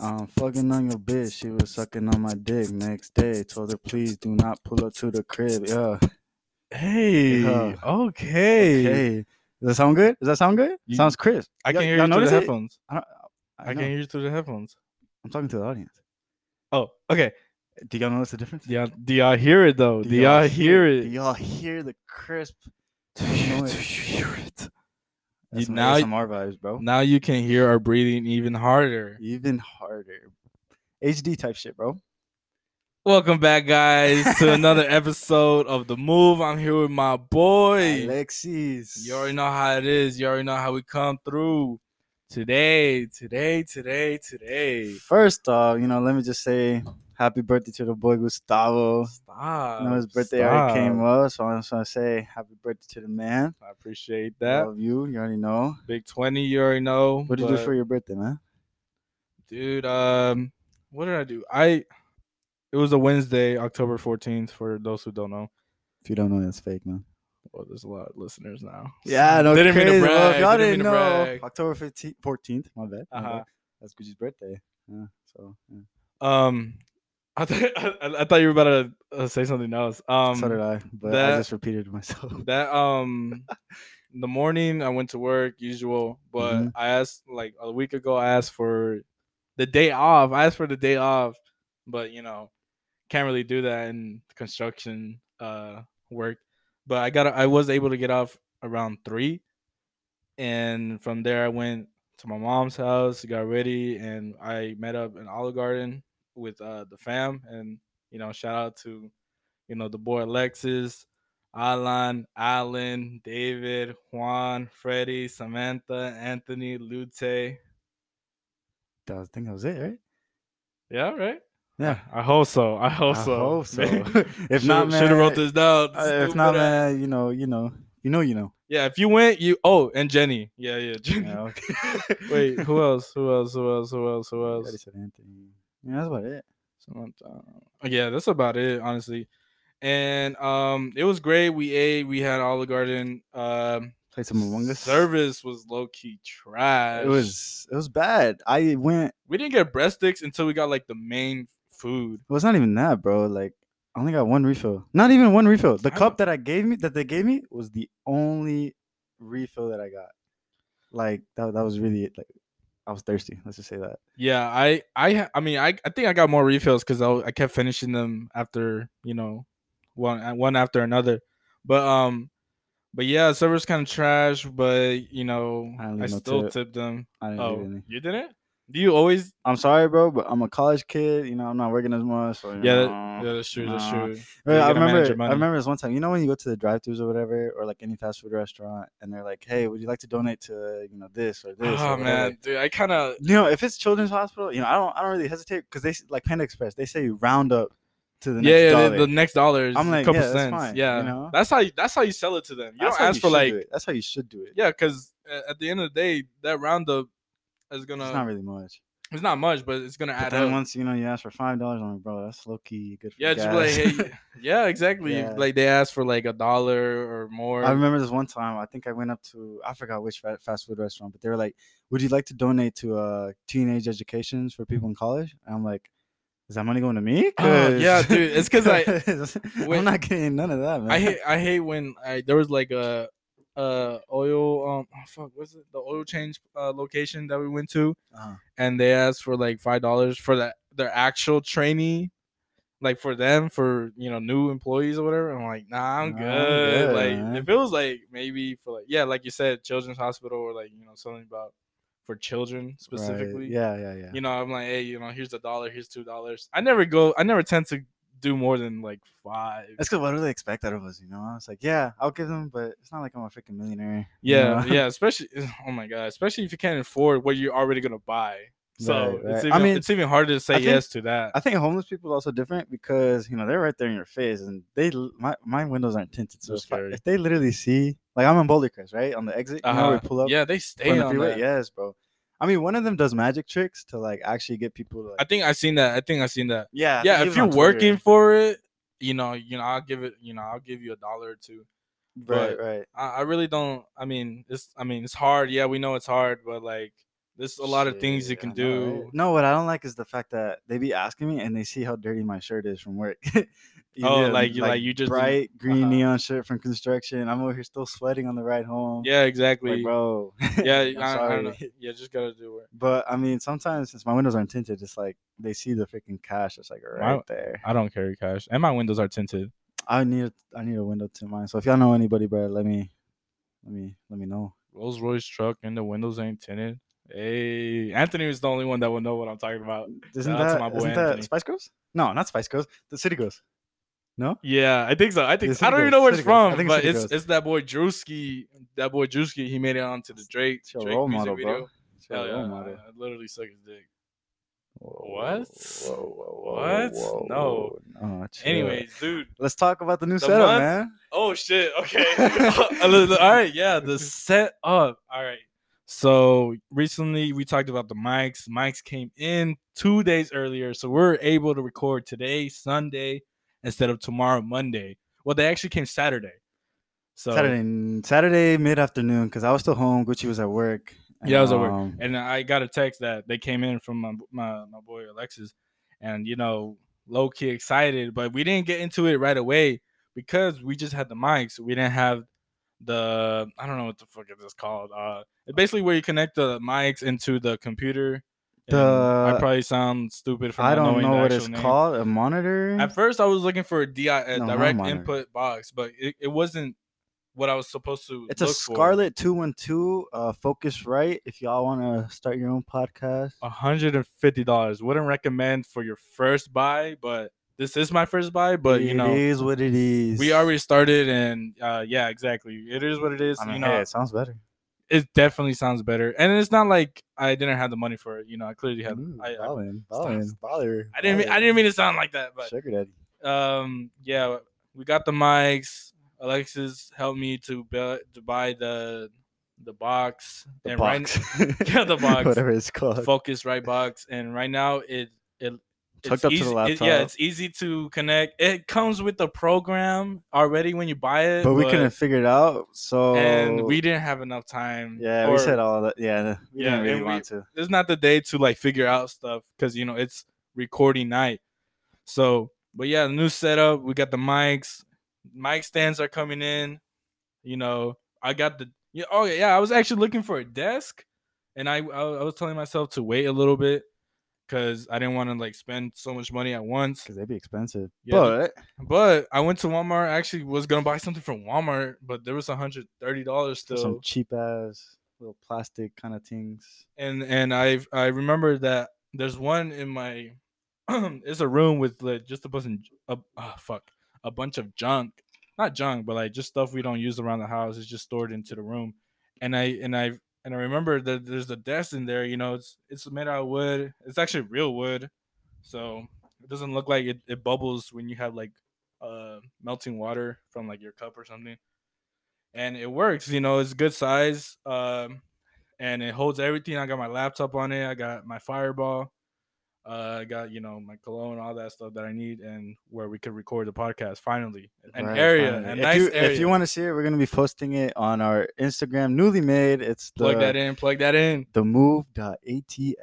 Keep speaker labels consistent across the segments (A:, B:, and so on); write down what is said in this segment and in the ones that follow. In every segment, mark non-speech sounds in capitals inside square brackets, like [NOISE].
A: I'm fucking on your bitch. She was sucking on my dick next day. Told her, please do not pull up to the crib. Yeah.
B: Hey,
A: Yeah.
B: okay.
A: Uh-huh. Okay. Does that sound good? Does that sound good?
B: You-
A: Sounds crisp.
B: I
A: Y'all-
B: can hear
A: y'all
B: you through
A: notice
B: the
A: it?
B: headphones.
A: I,
B: I,
A: know.
B: can hear you through the headphones.
A: I'm talking to the audience.
B: Oh, okay.
A: Do y'all notice the difference?
B: Do y'all, do y'all hear it though? Do, y'all, hear
A: Do
B: it?
A: y'all hear the crisp?
B: Do
A: you- do
B: hear it?
A: That's some
B: now-
A: ASMR vibes, bro.
B: Now you can hear our breathing even harder.
A: Even harder. HD type shit, bro.
B: Welcome back, guys,
A: [LAUGHS]
B: to another episode of The Move. I'm here with my boy.
A: Alexis.
B: You already know how it is. You already know how we come through today, today, today, today.
A: First off, you know, let me just say happy birthday to the boy Gustavo.
B: Stop.
A: I know his birthday already came
B: stop.
A: up, so I just want to say happy birthday to the man.
B: I appreciate that.
A: Love you. You already know.
B: Big 20, you already know.
A: What did you do
B: but-
A: for your birthday, man?
B: dude um what did i do i it was a wednesday october 14th for those who don't know
A: If you don't know, that's fake, man.
B: well there's a lot of listeners now
A: Yeah, no,
B: They didn't mean to
A: crazy, bro. If
B: brag,
A: Y'all
B: they didn't
A: didn't,
B: mean to
A: know.
B: brag.
A: October 15th, 14th. My bad. my
B: Uh-huh.
A: bad. That's Gucci's birthday. Yeah, so yeah.
B: um [LAUGHS] i thought I, I thought you were about to uh, say something else um
A: so did I, but I
B: that-
A: just repeated myself. [LAUGHS]
B: that um in the morning i went to work usual but
A: Mhm.
B: i asked like a week ago i asked for the day off i asked for the day off but you know can't really do that in construction uh work but i got i was able to get off around three and from there i went to my mom's house got ready and i met up in olive garden with uh the fam and you know shout out to you know the boy alexis Alan, Alan, David, Juan, Freddie, Samantha, Anthony, Lute.
A: That was, I think that was it, right?
B: Yeah, right.
A: Yeah.
B: I hope so. I hope
A: I
B: so. [LAUGHS]
A: hope so. [LAUGHS] if not, man.
B: should have wrote this down.
A: uh, if
B: stupid
A: not,
B: ass.
A: man, you know, you know, you know, you
B: [LAUGHS]
A: know.
B: yeah. If you went, you. Oh, and Jenny. Yeah, yeah, [LAUGHS] Jenny.
A: Yeah, okay. [LAUGHS]
B: Wait, who else? Who else? Who else? Who else?
A: I
B: Who
A: already
B: else?
A: said Anthony. Yeah, that's about it.
B: Samantha. Yeah, that's about it, honestly. And um, it was great. We ate. We had Olive Garden. Um,
A: Play some Among Us.
B: service was low key trash.
A: It was it was bad. I went.
B: We didn't get breast sticks until we got like the main food.
A: Well, it's not even that, bro. Like I only got one refill. Not even one refill. The
B: I
A: cup that I gave me that they gave me was the only refill that I got. Like that that was really it. Like I was thirsty. Let's just say that.
B: Yeah, I I ha- I mean I, I think I got more refills because I, I kept finishing them after you know one uh, one after another, but um but yeah server's kind of trash but you know
A: I didn't
B: I
A: leave no
B: still
A: tip.
B: tipped them.
A: I didn't leave
B: Oh,
A: any.
B: you didn't? Do you always?
A: I'm sorry, bro, but I'm a college kid. You know, I'm not working as much. So, you
B: Yeah,
A: know.
B: that, yeah, that's true. That's
A: nah.
B: true.
A: Bro,
B: Yeah, you
A: I
B: gotta manage
A: remember.
B: your
A: I
B: money.
A: remember this one time. You know when you go to the drive-throughs or whatever, or like any fast food restaurant, and they're like, "Hey, would you like to donate to you know this or this?" or
B: Oh
A: whatever?"
B: man, dude, I kind of
A: You know, if it's Children's Hospital, you know, I don't, I don't really hesitate because they s- like Panda Express. They say round up to the
B: yeah
A: next
B: yeah
A: dollar.
B: the- the next dollar is
A: I'm
B: a
A: like,
B: couple
A: yeah, that's
B: cents.
A: fine, you
B: yeah,
A: know?
B: that's how you, that's how you sell it to them. You
A: That's
B: don't
A: how
B: ask for
A: should do
B: like
A: it. That's how you should do it.
B: Yeah, because at the end of the day, that roundup is gonna
A: it's not really much.
B: much, but it's gonna
A: But
B: add
A: then
B: up.
A: once you know you ask for five dollars, I'm like, bro, that's low key good. For
B: yeah, just be
A: gas."
B: like hey, yeah, exactly.
A: Yeah.
B: Like they asked for like a dollar or more.
A: [LAUGHS] I remember this one time. I think I went up to I forgot which fa- fast food restaurant, but they were like, "Would you like to donate to uh, teenage educations for people in college?" And I'm like, "Is that money going to me?"
B: Ah, yeah,
A: 'Cause-
B: dude, it's
A: [LAUGHS]
B: 'cause I-
A: 'cause
B: when-
A: I'm not getting none of that, man.
B: I
A: [LAUGHS]
B: hate I hate when I there was like a uh oil um oh, fuck was it the oil change uh, location that we went to
A: Uh-huh.
B: and they asked for like five dollars for that their actual trainee. Like for them, for you know, new employees or whatever, I'm like, nah, I'm
A: Nah, I'm
B: good.
A: good,
B: like,
A: man.
B: if it was like maybe for like, yeah, like you said, children's hospital or like you know something about for children
A: Right,
B: specifically.
A: Yeah, yeah, yeah.
B: You know, I'm like, hey, you know, here's a dollar, here's two dollars. I never go, I never tend to do more than like five.
A: That's because what do they expect out of us? You know, I was like, "Yeah, I'll give them," but it's not like I'm a freaking millionaire. you [LAUGHS]
B: Yeah,
A: know?
B: yeah, especially [LAUGHS] oh my god, especially if you can't afford what you're already gonna buy. So
A: Right,
B: it's
A: right.
B: even,
A: I mean,
B: it's even harder to say
A: think-
B: yes to that.
A: I think homeless people are also different because you know they're right there in your face, and they l- my my windows aren't tinted, so
B: They're
A: if, I-
B: scary.
A: if they literally see like I'm on Boulder Crest, right on the exit, you know where
B: Uh-huh.
A: we pull up
B: yeah, they
A: from
B: stay
A: the
B: on
A: freeway.
B: that.
A: Yes, bro. I mean, one of them does magic tricks to like actually get people. To, like,
B: I think I've seen that. I think I've seen that.
A: yeah, I
B: Yeah,
A: think
B: if
A: he
B: you're
A: was on
B: working
A: Twitter.
B: for it, you know, you know, I'll give it. You know, I'll give you a dollar or two.
A: right,
B: but-
A: right.
B: I, I really don't. I mean, it's I mean, it's hard. Yeah, we know it's hard, but like There's a lot of things you
A: Shit,
B: can
A: I know, right?
B: do.
A: No, what I don't like is the fact that they be asking me and they see how dirty my shirt is from work. [LAUGHS] You
B: Oh,
A: know,
B: like you- like you just-
A: bright green
B: uh-huh.
A: neon shirt from construction. I'm over here still sweating on the ride home.
B: Yeah, exactly.
A: like, bro. [LAUGHS]
B: yeah,
A: I'm
B: I, I don't know.
A: sorry.
B: [LAUGHS] Yeah, just gotta do it.
A: But I mean, sometimes since my windows aren't tinted, it's like they see the freaking cash. It's like right there.
B: I don't carry cash, and my windows are tinted.
A: I need a, I need a window to mine. So if y'all know anybody, bro, let me let me let me know.
B: Rolls Royce truck, and the windows ain't tinted. Hey, Anthony was the only one that would know what I'm talking about.
A: Isn't
B: out to
A: that,
B: my boy
A: isn't
B: Anthony.
A: that Spice Girls? No, not Spice Girls. The City Girls.
B: Yeah, I think so. I think
A: Yeah,
B: so. I don't even
A: Citigroup,
B: know where it's
A: Citigroup. I
B: from,
A: think
B: but
A: Citigroup.
B: it's it's that boy Drewski. That boy Drewski, he made it onto the Drake,
A: It's your
B: Drake
A: role
B: music
A: model,
B: video.
A: bro. It's your
B: Hell yeah,
A: role model.
B: I literally suck his dick.
A: Whoa,
B: What?
A: whoa, whoa, whoa,
B: What?
A: whoa,
B: No.
A: whoa. No, chill.
B: Anyways, dude.
A: let's talk about the new
B: The
A: setup,
B: month-
A: man.
B: Oh shit.
A: [LAUGHS]
B: Okay. [LAUGHS] all right. Yeah. The set up. All right. So recently we talked about the mics. Mics came in two days earlier, so we're able to record today, Sunday, instead of tomorrow, Monday. Well, they actually came Saturday. So
A: Saturday, Saturday mid afternoon, because I was still home. Gucci was at work.
B: Yeah, I was at work.
A: um,
B: and I got a text that they came in from my my, my boy Alexis, and you know, low key excited, but we didn't get into it right away because we just had the mics. We didn't have the I don't know what the fuck it is called. Uh, it's basically where you connect the mics into the computer. and I
A: The-
B: probably sound stupid for
A: I
B: not
A: don't
B: knowing
A: know
B: the
A: what
B: actual
A: it's
B: name.
A: called. A monitor.
B: At first, I was looking for a, DI, a
A: No, not
B: direct
A: monitor.
B: input box, but it, it wasn't what I was supposed to.
A: it's a
B: look for.
A: Scarlet Two One Two. Uh, Focus Right. If y'all want to start your own podcast,
B: Uh, $150. Wouldn't recommend for your first buy, but this is my first buy, but you
A: it
B: know,
A: is what it is.
B: we already started and uh yeah, exactly. It is what it is,
A: I mean,
B: you
A: hey,
B: know.
A: it sounds better.
B: It definitely sounds better. And it's not like I didn't have the money for it, you know. I clearly had
A: Ooh,
B: I, I,
A: ballin',
B: stop,
A: ballin',
B: stop.
A: baller,
B: I didn't mean, I
A: baller.
B: didn't mean to sound like that, but
A: sugar daddy.
B: um yeah, we got the mics. Alexis helped me to buy, to buy the the box
A: The
B: and right-
A: box.
B: [LAUGHS] Yeah, the box.
A: Whatever it's called.
B: focus right box and right now it it
A: Hooked up to the
B: easy, it- yeah
A: laptop.
B: it's easy to connect it comes with the program already when you buy it
A: but we couldn't figure it out. So
B: and we didn't have enough time
A: yeah,
B: or
A: we said all that. Yeah, we
B: Yeah,
A: didn't really
B: and we-
A: want to.
B: it's not the day to like figure out stuff because you know it's recording night so but yeah new setup we got the mics mic stands are coming in you know i got the yeah, oh yeah i was actually looking for a desk and i i, I was telling myself to wait a little bit because i didn't want to like spend so much money at once
A: because they'd be expensive.
B: Yeah,
A: but
B: But I went to Walmart. I actually was gonna buy something from Walmart, but there was hundred thirty dollars
A: there's some
B: still,
A: cheap ass little plastic kind of things.
B: and and I I remember that there's one in my [CLEARS THROAT] it's a room with like just a bunch of a, ah, fuck a bunch of junk, not junk, but like just stuff we don't use around the house. It's just stored into the room, and I and I and I remember that there's a desk in there. You know, it's it's made out of wood. It's actually real wood, so it doesn't look like it, it bubbles when you have like uh melting water from like your cup or something and it works you know it's good size um and it holds everything i got my laptop on it i got my fireball uh i got you know my cologne all that stuff that i need and where we could record the podcast finally an
A: Right,
B: area
A: finally.
B: a
A: if
B: nice
A: you
B: area
A: if you want to see it, we're gonna be posting it on our Instagram, newly made. It's the
B: plug that in plug that in
A: the move.atl. you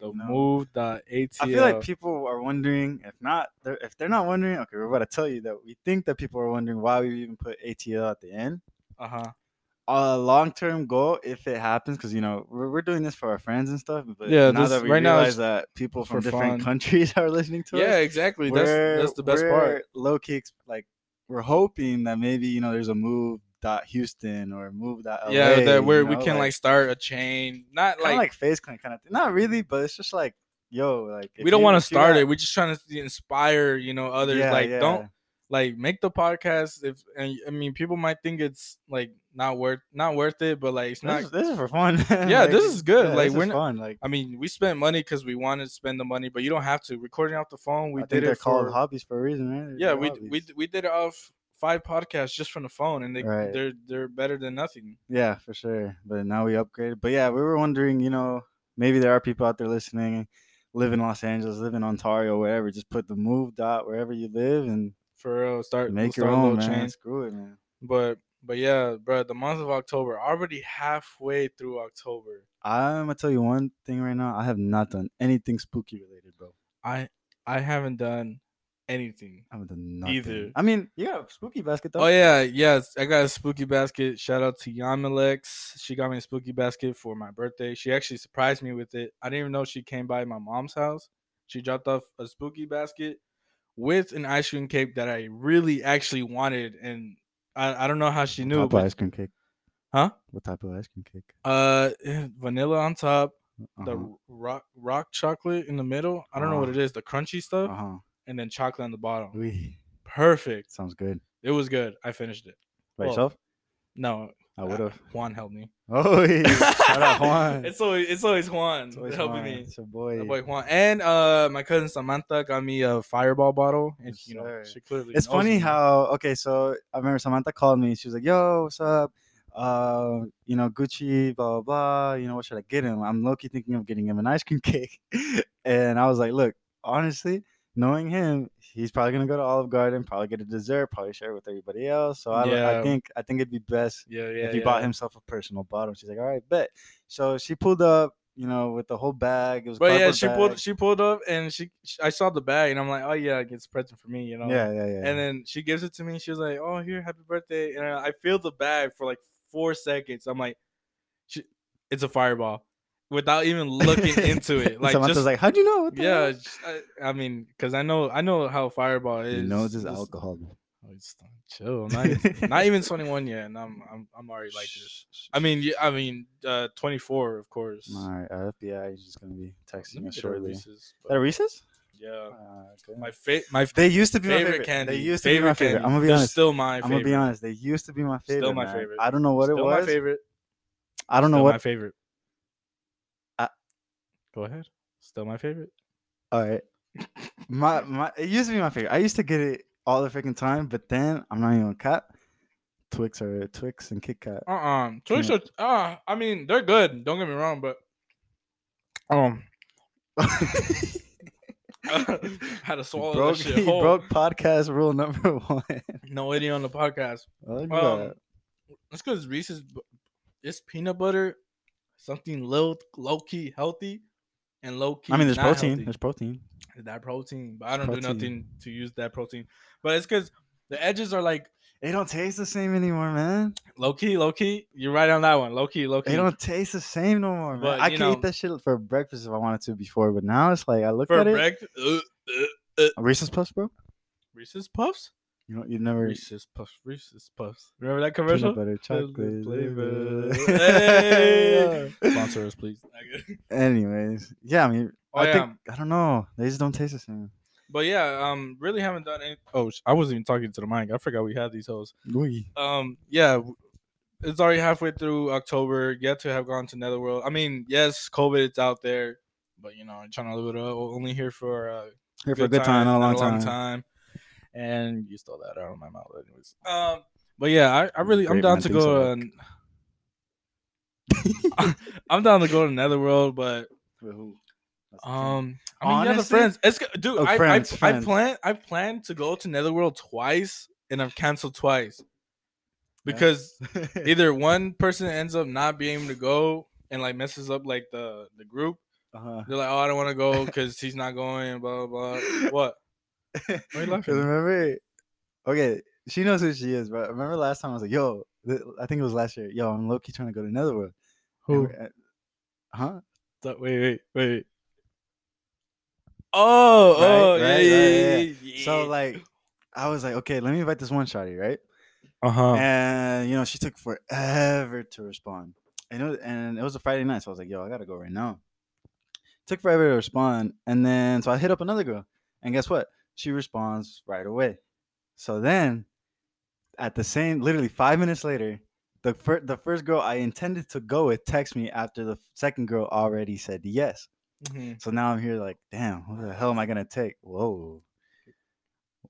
B: the
A: know?
B: move dot atl
A: I feel like people are wondering. If not, they're, if they're not wondering, okay, we're about to tell you that we think that people are wondering why we even put ATL at the end.
B: uh-huh
A: a long term goal if it happens because you know we're, we're doing this for our friends and stuff. But
B: Yeah,
A: now
B: this-
A: that we
B: right now
A: realize
B: it's
A: that people from
B: for
A: different
B: fun.
A: [LAUGHS] countries are listening to
B: yeah
A: us,
B: exactly that's that's the best part
A: Low kicks, like we're hoping that maybe you know there's a move dot Houston or move dot LA,
B: yeah that where
A: you
B: we
A: know,
B: can like, start a chain not
A: kinda
B: like,
A: like face clan kind of thing. Not really, but it's just like yo, like if
B: we don't
A: you-
B: want to
A: if you
B: start
A: got-
B: it we're just trying to inspire you know others
A: Yeah,
B: like don't
A: yeah.
B: like make the podcast if and i mean people might think it's like not worth not worth it but like it's
A: This,
B: not
A: is, this is for fun. [LAUGHS]
B: Yeah, this is good, like,
A: this
B: we're
A: is
B: not-
A: fun. Like
B: i mean we spent money because we wanted to spend the money but you don't have to recording off the phone
A: I
B: we
A: think
B: did
A: they're
B: it
A: called
B: for
A: hobbies for a reason, right?
B: yeah
A: They're
B: we, we
A: hobbies.
B: d- we did it off five podcasts just from the phone and they
A: Right.
B: they're they're better than nothing
A: Yeah, for sure. But now we upgraded. But yeah, we were wondering, you know, maybe there are people out there listening, live in Los Angeles, live in Ontario, wherever. Just put the move dot wherever you live and
B: for real start we'll
A: make your
B: start a
A: own,
B: little
A: man.
B: chain.
A: Screw it, man.
B: but But yeah, bro, the month of October already halfway through October.
A: I'm gonna tell you one thing right now. I have not done anything spooky related, bro.
B: I I haven't done anything.
A: I haven't done nothing.
B: Either.
A: I mean, you got a spooky basket though.
B: Oh yeah, yes. I got a spooky basket. Shout out to Yamalex. She got me a spooky basket for my birthday. She actually surprised me with it. I didn't even know she came by my mom's house. She dropped off a spooky basket with an ice cream cake that I really actually wanted, and I, I don't know how she knew,
A: What type
B: but
A: of ice cream cake?
B: Huh?
A: What type of ice cream cake?
B: uh, [CLEARS THROAT] vanilla on top,
A: Uh-huh.
B: the rock rock chocolate in the middle. I don't know what it
A: Uh-huh.
B: is, the crunchy stuff,
A: Uh-huh.
B: and then chocolate on the bottom.
A: Wee.
B: Perfect.
A: Sounds good.
B: It was good. I finished it.
A: By
B: Well,
A: yourself?
B: No,
A: I would have.
B: Juan helped me.
A: [LAUGHS] Oh, yeah. shout
B: [LAUGHS]
A: out Juan.
B: it's always it's always Juan
A: It's always
B: helping
A: Juan.
B: me.
A: It's your boy.
B: My boy Juan and uh my cousin Samantha got me a fireball bottle, and
A: Yes,
B: you know
A: sir.
B: she clearly.
A: It's
B: knows
A: funny
B: me.
A: how okay, so I remember Samantha called me. She was like, "Yo, what's up? Uh, you know, Gucci, blah blah blah. You know, what should I get him? I'm low key thinking of getting him an ice cream [LAUGHS] cake." and I was like, "Look, honestly, knowing him, he's probably gonna go to Olive Garden, probably get a dessert, probably share it with everybody else. So I, don't- I
B: Yeah.
A: think I think it'd be best
B: yeah yeah
A: if he
B: yeah.
A: bought himself a personal bottle." She's like, "All right, bet." So she pulled up, you know, with the whole bag. It was
B: But yeah,
A: cardboard
B: she
A: bag.
B: pulled she pulled up and she, she I saw the bag and I'm like, oh yeah, it gets present for me, you know.
A: yeah, yeah, yeah. [LAUGHS]
B: And then she gives it to me. She was like, "Oh, here, happy birthday!" And I I feel the bag for like four seconds. I'm like, she, "It's a fireball," without even
A: [LAUGHS]
B: looking into it.
A: And
B: Like,
A: Samantha's
B: just
A: like, "How'd you know?" What the
B: yeah,
A: hell?"
B: just- I, I mean, because I know I know how fireball is.
A: He knows his
B: It's-
A: alcohol.
B: oh, it's not-
A: [LAUGHS]
B: chill. I'm [LAUGHS] Not, even- not even 21 yet, and I'm I'm I'm already like this. I mean, yeah, I mean, uh, 24, of course.
A: My uh, FBI is just gonna be texting
B: Let me
A: me
B: get a
A: shortly. Is
B: Reese's,
A: that a
B: but,
A: Reese's?
B: yeah,
A: [LAUGHS] Uh,
B: my fa- my
A: they used to be my
B: favorite,
A: favorite
B: candy.
A: They used to
B: favorite
A: be my favorite.
B: Candy.
A: I'm gonna be
B: They're
A: honest.
B: Still my
A: I'm
B: favorite.
A: gonna be honest. They used to be my
B: Still
A: favorite.
B: my
A: man.
B: favorite.
A: I don't know what it
B: Still
A: was.
B: my favorite.
A: I don't know
B: Still
A: what.
B: my favorite.
A: I-
B: Go ahead. Still my favorite.
A: All right. [LAUGHS]
B: [LAUGHS]
A: My my. It used to be my favorite. I used to get it all the freaking time, but then I'm not even gonna cap. Twix or Twix and Kit Kat. [LAUGHS]
B: Uh uh Twix are uh I mean they're good. Don't get me wrong, but um [LAUGHS] had to swallow
A: broke,
B: this
A: [LAUGHS]
B: shit
A: he
B: whole.
A: broke podcast rule number [LAUGHS] one. Oh,
B: No idiot on the podcast.
A: Look at
B: Um,
A: that.
B: that's because Reese's bu- it's peanut butter, something low low key healthy, and low key.
A: I mean, there's
B: not
A: protein.
B: healthy.
A: There's protein.
B: that protein, but I don't do
A: protein.
B: nothing to use that protein. But it's because the edges are like
A: They don't taste the same anymore, man.
B: low key, low key. You're right on that one. Low key, low key.
A: They don't taste the same no more, man.
B: But,
A: I
B: you
A: could
B: know-
A: eat that shit for breakfast if I wanted to before, but now it's like I look
B: for
A: at it.
B: breakfast. Uh, uh,
A: Reese's Puffs, bro.
B: Reese's Puffs.
A: You know, you never eat
B: Reese's Puffs. Reese's Puffs. Remember that
A: peanut
B: commercial?
A: butter chocolate
B: flavor.
A: [LAUGHS] flavor.
B: [LAUGHS] Hey! Sponsor us, please.
A: Anyways, yeah, I mean,
B: Oh,
A: I
B: yeah.
A: think I don't know. They just don't taste the same.
B: But yeah, um, really haven't done any. Oh, sh- I wasn't even talking to the mic. I forgot we had these hoes.
A: Ooh.
B: Um, yeah, w- it's already halfway through October. Yet to have gone to Netherworld. I mean, yes, COVID it's out there, but you know, I'm trying to live it up. We're Only here for uh,
A: Here for a good time, not a long time.
B: And you stole that out of my mouth, anyways. Um, but yeah, I, I really I'm
A: Great
B: down
A: man
B: to
A: thinks
B: go.
A: alike.
B: to- [LAUGHS] I'm down to go to Netherworld, but um, I mean, yeah, the
A: Honestly-
B: friends. It's g- dude.
A: Oh,
B: I,
A: friends,
B: I, I
A: friends.
B: plan I plan to go to Netherworld twice, and I've canceled twice
A: Yeah. [LAUGHS]
B: because
A: it,
B: either one person ends up not being able to go and like messes up like the the group.
A: uh-huh.
B: They're like, oh, I don't want to go because he's not going. Blah blah. blah. What?
A: [LAUGHS]
B: Why you laughing?
A: remember, okay, she knows who she is, but remember last time I was like, yo, th- I think it was last year. Yo, I'm low key trying to go to Netherworld. And we're at- Huh?
B: Wait, wait, wait. Oh,
A: Right,
B: oh,
A: right,
B: yeah,
A: right,
B: yeah,
A: yeah.
B: yeah, yeah.
A: So like, I was like, okay, let me invite this one shotty, right?
B: uh huh.
A: And you know, she took forever to respond. And it was, and it was a Friday night, so I was like, yo, I gotta go right now. Took forever to respond, and then so I hit up another girl, and guess what? She responds right away. So then, at the same, literally five minutes later, the fir- the first girl I intended to go with texts me after the second girl already said yes.
B: Mm-hmm.
A: So now I'm here like, damn, what the hell am I gonna take? Whoa.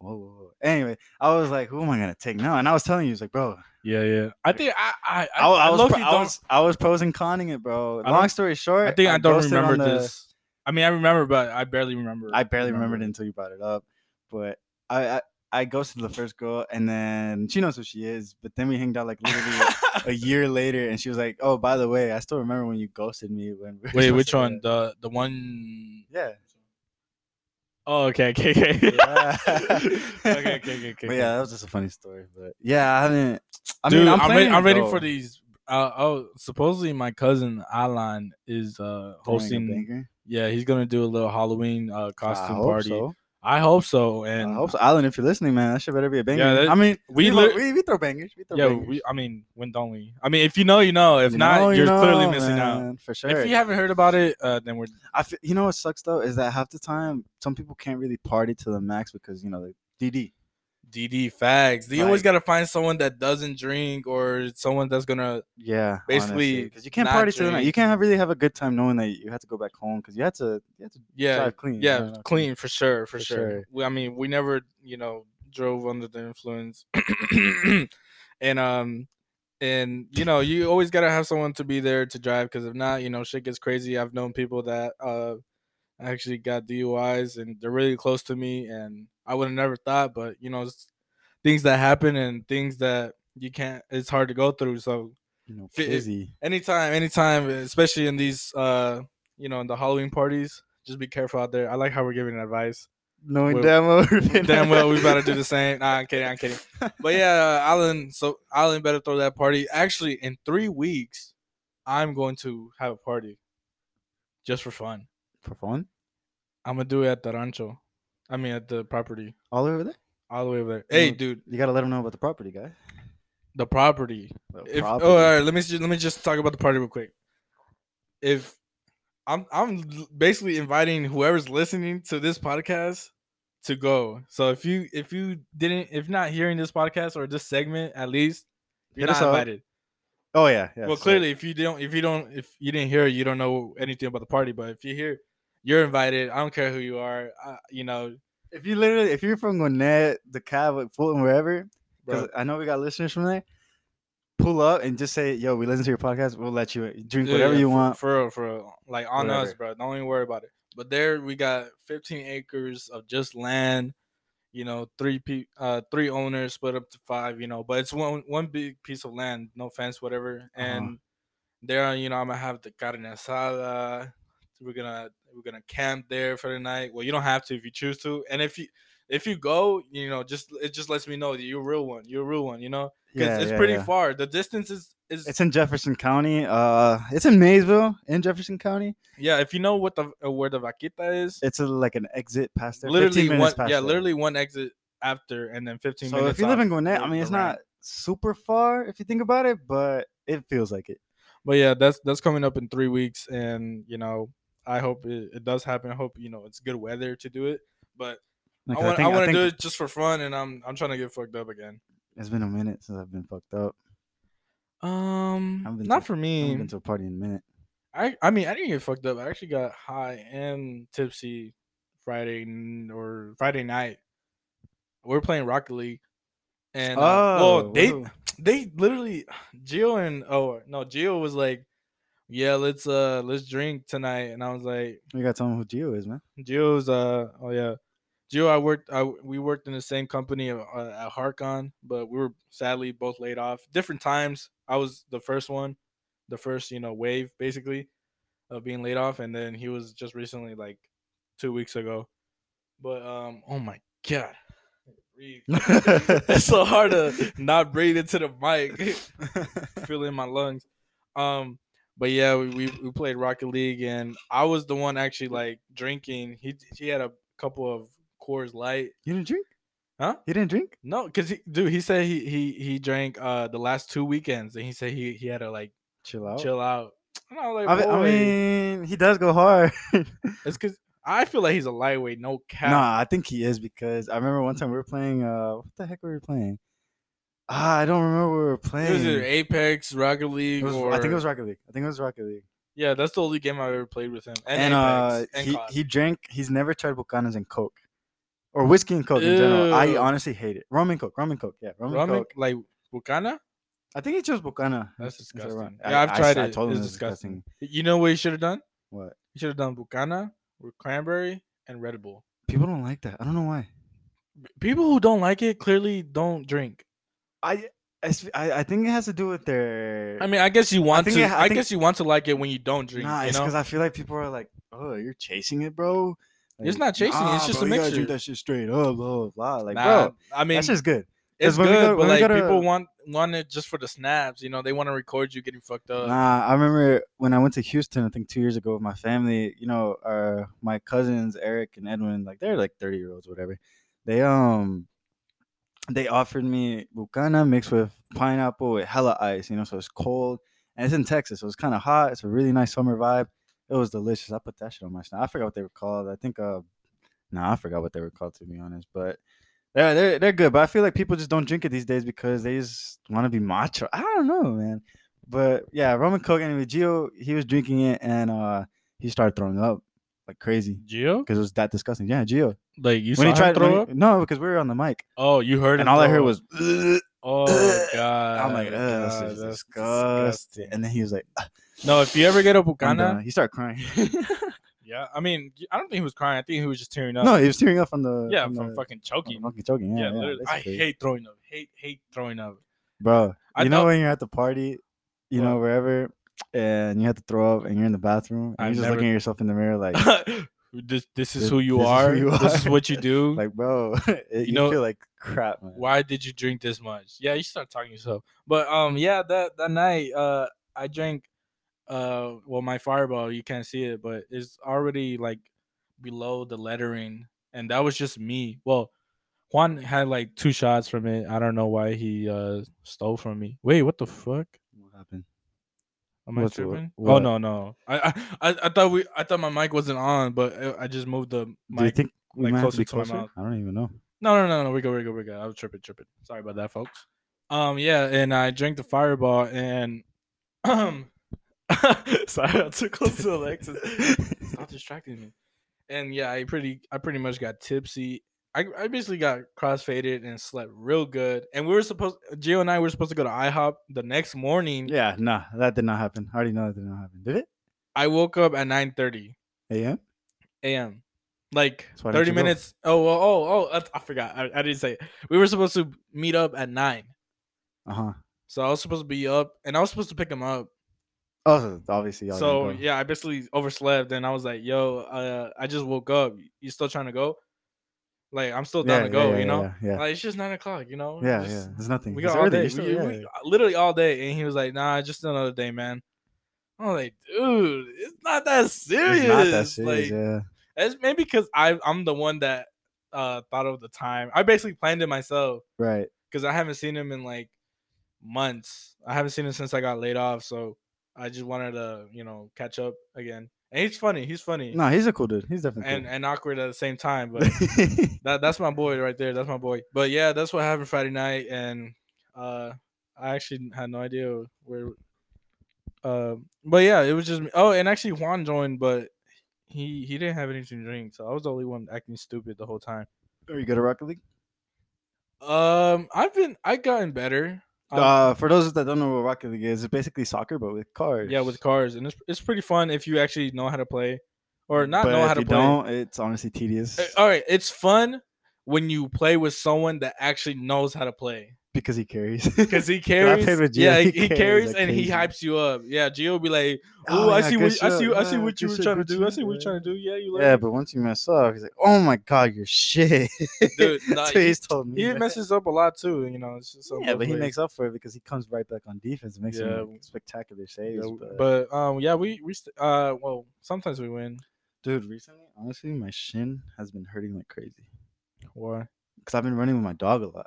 A: Whoa, whoa, whoa. Anyway, I was like, who am I gonna take now? And I was telling you, it's like, bro,
B: Yeah, yeah. I think I, I,
A: I, I was,
B: low-key
A: pro- I
B: don't-
A: was, I was pros and conning it, bro.
B: I
A: Long
B: don't-
A: story short,
B: I think I, don't
A: ghosted on
B: remember
A: the-
B: this. I mean, I remember, but I barely remember.
A: I barely remembered
B: remember.
A: until you brought it up, but I, I, I ghosted the first girl, and then she knows who she is. But then we hanged out like
B: [LAUGHS]
A: literally a year later, and she was like, "Oh, by the way, I still remember when you ghosted me when." we were
B: Wait, which
A: supposed
B: one?
A: to
B: The the one.
A: get-" [LAUGHS] Yeah.
B: [LAUGHS] Oh, okay, okay, okay.
A: [LAUGHS] Yeah.
B: okay, okay, okay, okay.
A: But yeah, that was just a funny story. But yeah, I haven't. I
B: Dude,
A: mean,
B: I'm,
A: I'm,
B: ready,
A: planning
B: I'm
A: to
B: ready
A: go.
B: for these. Uh, oh, supposedly my cousin Alan is uh
A: Throwing a
B: hosting.
A: banger.
B: Yeah, he's gonna do a little Halloween uh costume
A: I hope
B: party.
A: so.
B: I hope so. And
A: I hope so. Alan, if you're listening, man, that shit better be a banger.
B: that-
A: I mean,
B: we
A: we, lo-
B: lit-
A: we, we throw bangers. We throw
B: yeah,
A: bangers.
B: we, I mean, when don't we? I mean, if you know, you know. If
A: You
B: not,
A: know, you
B: you're clearly
A: know,
B: missing out.
A: man, For sure.
B: If you haven't heard about it, uh, then we're
A: I fe- you know what sucks though is that half the time some people can't really party to the max because you know like DD.
B: DD fags. You always
A: Like-
B: gotta find someone that doesn't drink or someone that's gonna.
A: Yeah,
B: Basically,
A: because you can't
B: not
A: party to the max. You
B: drink.
A: can't have- really have a good time knowing that you had to go back home because you had to you had to
B: Yeah,
A: drive clean.
B: yeah,
A: drive clean.
B: clean for sure, for,
A: For
B: sure.
A: sure.
B: We, I mean, we never, you know, drove under the influence, [CLEARS THROAT] and um, and you know, you always gotta have someone to be there to drive because if not, you know, shit gets crazy. I've known people that uh actually got DUIs and they're really close to me, and I would have never thought, but you know, it's things that happen and things that you can't. It's hard to go through, so.
A: You know,
B: Fit-
A: crazy.
B: anytime anytime especially in these uh you know in the halloween parties just be careful out there i like how we're giving advice
A: Knowing
B: well-
A: damn well, we're fit-
B: damn well we
A: [LAUGHS]
B: better do the same nah i'm kidding i'm kidding but yeah uh, alan so alan better throw that party actually in three weeks i'm going to have a party just for fun
A: for fun
B: i'm gonna do it at the rancho i mean at the property
A: all over there.
B: all the way over there hey
A: Mm.
B: dude
A: You gotta let them know about the property, guy.
B: the property
A: The
B: If, oh,
A: property.
B: all right, let me ju- let me just talk about the party real quick. If I'm I'm l- basically inviting whoever's listening to this podcast to go. So if you if you didn't if not hearing this podcast or this segment at least you're
A: Hit us
B: not
A: up.
B: invited.
A: Oh yeah. yeah
B: well,
A: so-
B: clearly if you don't if you don't if you didn't hear you don't know anything about the party. But if you hear you're invited. I don't care who you are. I, you know,
A: if you literally if you're from Gwinnett, the Cab, Fulton, wherever,
B: bro.
A: because I know we got listeners from there. Pull up and just say, "Yo, we listen to your podcast. We'll let you drink
B: Yeah,
A: whatever
B: yeah,
A: you
B: for-
A: want."
B: For real, for real. Like on us,
A: Whatever.
B: bro. Don't even worry about it. But there we got 15 acres of just land, you know, three pe- uh three owners split up to five, you know, but it's one one big piece of land, no fence, whatever.
A: Uh-huh.
B: And there, you know, I'm gonna have the carne asada. We're gonna we're gonna camp there for the night. Well, you don't have to if you choose to. And if you if you go, you know, just it just lets me know that you're a real one. You're a real one, you know? Because
A: Yeah,
B: it's
A: yeah,
B: pretty
A: yeah.
B: far. The distance is is
A: It's in Jefferson County. Uh, it's in Maysville in Jefferson County.
B: Yeah, if you know what the uh, where the vaquita is,
A: It's a, like an exit past there. 15
B: literally
A: minutes
B: one.
A: past
B: Yeah,
A: there.
B: literally one exit after, and then fifteen
A: So
B: minutes.
A: if you live in
B: off
A: Gwinnett,
B: the-
A: I mean,
B: the
A: it's
B: ramp.
A: not super far if you think about it, but it feels like it.
B: But yeah, that's that's coming up in three weeks, and you know, I hope it, it does happen. I hope you know it's good weather to do it. But
A: Like,
B: I want I,
A: think-
B: want to
A: think
B: do it just for fun, and I'm I'm trying to get fucked up again.
A: It's been a minute since I've been fucked up.
B: Um,
A: haven't been
B: not
A: to-
B: for
A: I
B: me.
A: haven't been to a party in a minute.
B: I I mean I didn't get fucked up. I actually got high and tipsy Friday n- or Friday night. We were playing Rocket League, and uh, well, they
A: Oh, whoa.
B: they literally [SIGHS] Gio and oh no Gio was like, yeah let's uh let's drink tonight, and I was like
A: you gotta tell them who Gio
B: [LAUGHS]
A: is, man.
B: Gio's uh oh yeah Gio I worked I we worked in the same company uh, at Harcon, but we were sadly both laid off different times. I was the first one, the first you know wave basically of being laid off, and then he was just recently like two weeks ago. But um oh my god. [LAUGHS] Breathe. it's so hard to not breathe into the mic [LAUGHS] feeling my lungs. Um, but yeah, we, we we played Rocket League, and I was the one actually like drinking. He he had a couple of Coors Light.
A: you didn't drink?
B: Huh?
A: You didn't drink?
B: No, cause he, dude, he said he he he drank uh the last two weekends, and he said he he had to like
A: Chill out.
B: chill out. And I was
A: Oh. I,
B: like,
A: mean- I
B: "Boy,
A: mean, he does go hard. [LAUGHS]
B: it's cause I feel like he's a lightweight, no cap.
A: Nah, I think he is because I remember one time we were playing. Uh, what the heck were we playing? Ah, I don't remember what we were
B: It was either
A: playing.
B: Apex, Rocket
A: It
B: League,
A: was-
B: or
A: I think it was Rocket League. I think it was Rocket League.
B: yeah, that's the only game I've ever played with him. And,
A: And, uh,
B: Apex, and
A: he
B: COD.
A: he drank. He's never tried Bucanas and Coke, or whiskey and Coke in general. I
B: Ew.
A: honestly hate it. Rum and Coke. Rum and Coke. Yeah, rum and
B: Ramen,
A: Coke.
B: like Wakana.
A: I think he chose Bucana.
B: That's
A: Is that right?
B: disgusting. Yeah, I've
A: I- I
B: tried
A: s- I
B: it.
A: told him
B: It's
A: it was
B: disgusting. You know what you should have done?
A: What?
B: You should have done Bucana with cranberry and Red Bull.
A: People don't like that. I don't know why.
B: People who don't like it clearly don't drink.
A: I, I s- I- I think it has to do with their.
B: I mean, I guess you want
A: think
B: to.
A: it- I
B: I,
A: think-
B: guess you want to like it when you don't drink.
A: nah,
B: you
A: it's
B: know,
A: because I feel like people are like, "Oh, you're chasing it, bro." Like,
B: It's not chasing it, it's
A: "Nah,
B: just
A: bro,
B: a
A: you gotta drink
B: mixture."
A: that shit straight up, blah blah. blah." Like,
B: nah,
A: bro,
B: I mean,
A: that's just good.
B: it's
A: 'cause when
B: good,
A: we go-
B: but
A: when we
B: like
A: go to-
B: people want want it just for the snaps. You know, they want to record you getting fucked up.
A: Nah, I remember when I went to Houston, I think two years ago with my family, you know, uh, my cousins, Eric and Edwin, like they're like 30 year olds, whatever. They, um, they offered me bucana mixed with pineapple with hella ice, you know, so it's cold and it's in Texas, so it's kind of hot. It's a really nice summer vibe. It was delicious. I put that shit on my snack. I forgot what they were called. I think, uh, nah, I forgot what they were called to be honest, but they're, they're, they're good. But I feel like people just don't drink it these days because they just want to be macho. I don't know, man. But yeah, Roman Coke anyway. Gio, he was drinking it and uh he started throwing up like crazy
B: Gio,
A: because it was that disgusting. Yeah, Gio.
B: like you
A: when
B: saw
A: he
B: him
A: tried
B: throw
A: when he-
B: up.
A: no, because we were on the mic
B: Oh, you heard,
A: and
B: him
A: all I
B: throw
A: heard
B: up.
A: was. "Ugh."
B: Oh god!
A: [LAUGHS] I'm like, "Ugh, this
B: God,
A: is
B: that's
A: disgusting. And then he was like, "Ah,
B: No, if you ever get a
A: I'm
B: bucana,
A: done." he started crying. [LAUGHS]
B: yeah. I mean, I don't think he was crying. I think he was just tearing up.
A: no, he was tearing up on the
B: yeah,
A: on
B: from
A: the-
B: fucking
A: on the
B: choking.
A: fucking choking.
B: Yeah,
A: Yeah, yeah,
B: literally. I
A: basically.
B: hate throwing up. Hate hate throwing
A: [LAUGHS]
B: up. [LAUGHS]
A: bro.
B: I
A: you know
B: thought-
A: when you're at the party, you know
B: What?
A: wherever, and you have to throw up, and you're in the bathroom, and
B: I've
A: you're just
B: never-
A: looking at yourself in the mirror,
B: [LAUGHS]
A: like,
B: this this
A: This-
B: is who you
A: this is who
B: are.
A: you
B: This is
A: are. [LAUGHS]
B: what you do.
A: like, bro, it- you,
B: know-
A: feel like crap, man.
B: Why did you drink this much? Yeah, you start talking to yourself. But um, yeah, that that night, uh, I drank, uh, well, my fireball. You can't see it, but it's already like below the lettering, and that was just me. Well, Juan had like two shots from it. I don't know why he uh stole from me. Wait, what the fuck?
A: What happened?
B: Am I
A: What's the-
B: tripping? Oh
A: what?
B: no, no. I, I I I thought we I thought my mic wasn't on, but I- I just moved the mic.
A: Do you think we
B: like,
A: might have to be
B: closer to my
A: closer?
B: mouth.
A: I don't
B: [LAUGHS]
A: even know.
B: No, no, no, no. We go, we go, we go. I was tripping, tripping. Sorry about that, folks. Um, yeah, and I drank the fireball, and [CLEARS THROAT] um, sorry, I'm too close to Alexis. Stop distracting me. And yeah, I pretty, I pretty much got tipsy. I, I basically got crossfaded and slept real good. And we were supposed, Gio and I were supposed to go to IHOP the next
A: [LAUGHS]
B: morning.
A: Yeah, nah, that did not happen. I already know that did not happen. Did it?
B: I woke up at nine thirty
A: AM?
B: a.m. Like
A: So why didn't
B: thirty
A: you go?
B: minutes. Oh, well, oh, oh, I, I forgot. I, I didn't say it. we were supposed to meet up at nine.
A: Uh huh.
B: So I was supposed to be up, and I was supposed to pick him up.
A: Oh, so obviously, y'all
B: so
A: didn't go.
B: yeah, I basically overslept, and I was like, "Yo, uh, I just woke up. You still trying to go? Like, I'm still down to go. you know,
A: Yeah, yeah,
B: like it's just nine o'clock. You know,
A: yeah. yeah,
B: just-
A: There's nothing.
B: We
A: It's
B: got all
A: early,
B: day.
A: you're still-
B: we-
A: yeah.
B: we- literally all day, and he was like, "Nah, just another day, man." I was like, "Dude, it's not that serious.
A: It's not that serious.
B: like,
A: yeah.
B: it's maybe because I I'm the one that uh thought of the time. I basically planned it myself [LAUGHS]
A: Right.
B: because I haven't seen him in like months. I haven't seen him since I got laid off, so I just wanted to, you know, catch up again. And he's funny. He's funny
A: No, he's a cool dude. He's definitely
B: and
A: cool.
B: and awkward at the same time. But
A: [LAUGHS]
B: that that's my boy right there. That's my boy. But yeah, that's what happened Friday night, and uh, I actually had no idea where. Uh, but yeah, it was just me. Oh, and actually Juan joined, but he he didn't have anything to drink, so I was the only one acting stupid the whole time.
A: Are you good at Rocket League?
B: Um, I've been I've gotten better. Um,
A: uh, for those that don't know what Rocket League is, it's basically soccer but with cars.
B: Yeah, with cars, and it's it's pretty fun if you actually know how to play, or not
A: but
B: know
A: if
B: how to
A: you
B: play.
A: don't, it's honestly tedious
B: Uh, All right, it's fun when you play with someone that actually knows how to play
A: because he
B: [LAUGHS]
A: carries.
B: because he
A: I
B: carries.
A: played with Gio, [LAUGHS]
B: yeah,
A: he
B: he, he
A: carries
B: carries
A: like
B: and he
A: crazy.
B: hypes you up. Yeah, Gio will be like,
A: [LAUGHS] Oh,
B: "Oh, I
A: yeah,
B: see
A: good
B: what I see.
A: shot.
B: I see
A: Yeah,
B: what you
A: good
B: were
A: shit,
B: trying to
A: good
B: do. I
A: shit,
B: see what you're
A: yeah.
B: trying to do. Yeah, you learned.
A: yeah, but once you mess up, he's like, "Oh my god, you're shit."
B: [LAUGHS] Dude,
A: [LAUGHS] That's
B: nah,
A: what
B: he-
A: he's told me. [LAUGHS]
B: he
A: man.
B: messes up a lot too. You know, it's just on
A: yeah,
B: both
A: but he
B: ways.
A: makes up for it because he comes right back on defense and makes
B: Yeah.
A: some spectacular
B: Yeah,
A: saves. but,
B: but um, yeah, we we st- uh, well, sometimes we win.
A: dude, recently, honestly, my shin has been hurting like crazy
B: Why?
A: because I've been running with my dog a lot,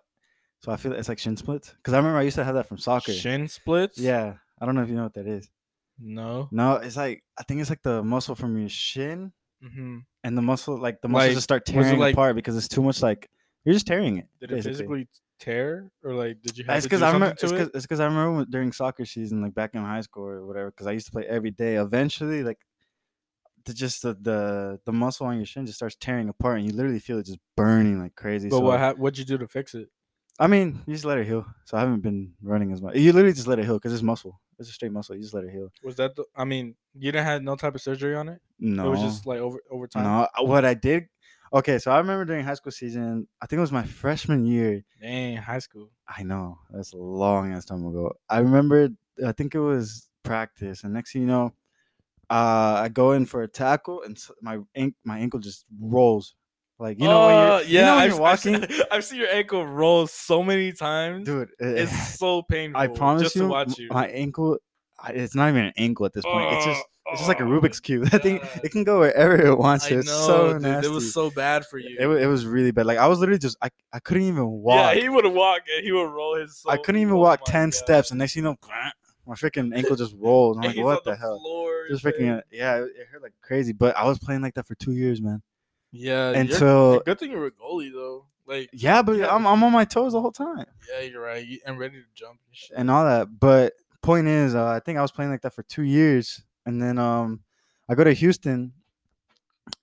A: so I feel it's like shin splits. Because I remember I used to have that from soccer.
B: Shin splits?
A: Yeah, I don't know if you know what that is.
B: No.
A: No, it's like I think it's like the muscle from your shin
B: Mm-hmm.
A: and the muscle, like the muscles
B: Like,
A: just start
B: was it
A: tearing
B: like-
A: apart because it's too much. Like you're just tearing it.
B: Did it
A: basically.
B: physically tear, or like did you have
A: It's
B: to do
A: because I remember.
B: something
A: It's
B: to it?
A: 'cause- it's because I remember when- during soccer season, like back in high school or whatever. Because I used to play every day. Eventually, like the, just the, the the muscle on your shin just starts tearing apart, and you literally feel it just burning like crazy.
B: But
A: so
B: what hap what'd you do to fix it?
A: I mean, you just let it heal. So I haven't been running as much. You literally just let it heal because it's muscle. It's a straight muscle. You just let it heal.
B: Was that the, I mean, you didn't have no type of surgery on it?
A: No,
B: It was just like over over time.
A: no. What I did, Okay, so I remember during high school season, I think it was my freshman year.
B: Dang, high school.
A: I know that's a long ass time ago. I remember, I think it was practice, and next thing you know, uh, I go in for a tackle, and s- my an- my ankle just rolls. Like you know when
B: Oh,
A: you're, you know when
B: I've,
A: you're
B: I've
A: walking,
B: seen- [LAUGHS] I've seen your ankle roll so many
A: [LAUGHS]
B: times.
A: dude. It,
B: [LAUGHS] it's
A: [SIGHS]
B: so painful.
A: I promise
B: just
A: you,
B: to watch
A: m-
B: you.
A: my ankle. I- It's not even an ankle at this point. it's just it's just like a
B: Oh,
A: Rubik's cube. [LAUGHS] That thing
B: God.
A: it can go wherever it wants.
B: I
A: to.
B: know,
A: It's so
B: dude,
A: nasty.
B: It was so bad for you.
A: it, wa- it was really bad. Like I was literally just I, I couldn't even
B: yeah,
A: walk.
B: he would walk and he would roll his.
A: I
B: soul.
A: couldn't even
B: Oh
A: walk
B: my
A: ten
B: God.
A: steps, and next thing you know, my freaking ankle just rolled. I'm
B: [LAUGHS] And
A: like,
B: he's on
A: what the hell?
B: Floor,
A: Just
B: dude.
A: freaking yeah, it, it hurt like crazy. But I was playing like that for two years, man.
B: Yeah. you're-
A: Until-
B: good thing you were a goalie though. Like
A: Yeah, but
B: Yeah.
A: I'm I'm on my toes the whole time
B: yeah, you're right. You, and ready to jump. And shit.
A: and all that. But point is, uh, I think I was playing like that for two years, and then um, I go to Houston,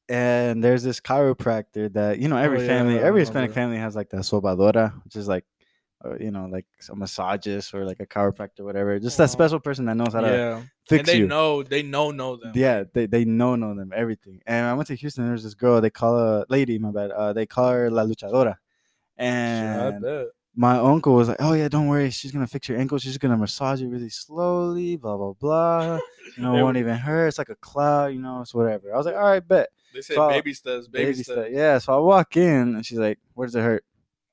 A: and there's this chiropractor that you know every
B: Oh, yeah,
A: family,
B: I
A: every Hispanic
B: remember.
A: family has like the sobadora, which is like. uh, You know, like a massagist or like a chiropractor, whatever. Just that
B: Uh-huh.
A: special person that knows how to
B: Yeah.
A: fix
B: and they
A: you.
B: know. They know. Know them.
A: Yeah, they, they know know them everything. And I went to Houston. There was this girl. They call her lady. My bad. Uh, they call her La Luchadora.
B: Shit, I
A: And
B: bet.
A: my uncle was like, "Oh yeah, don't worry. She's gonna fix your ankle. She's gonna massage it really slowly. Blah blah blah. You know, it
B: They were-
A: won't even hurt. It's like a cloud. You know, it's whatever." I was like, "All right, bet."
B: They said
A: So,
B: baby steps. Baby,
A: Baby
B: steps.
A: stuff. Yeah. So I walk in, and she's like, "Where does it hurt?"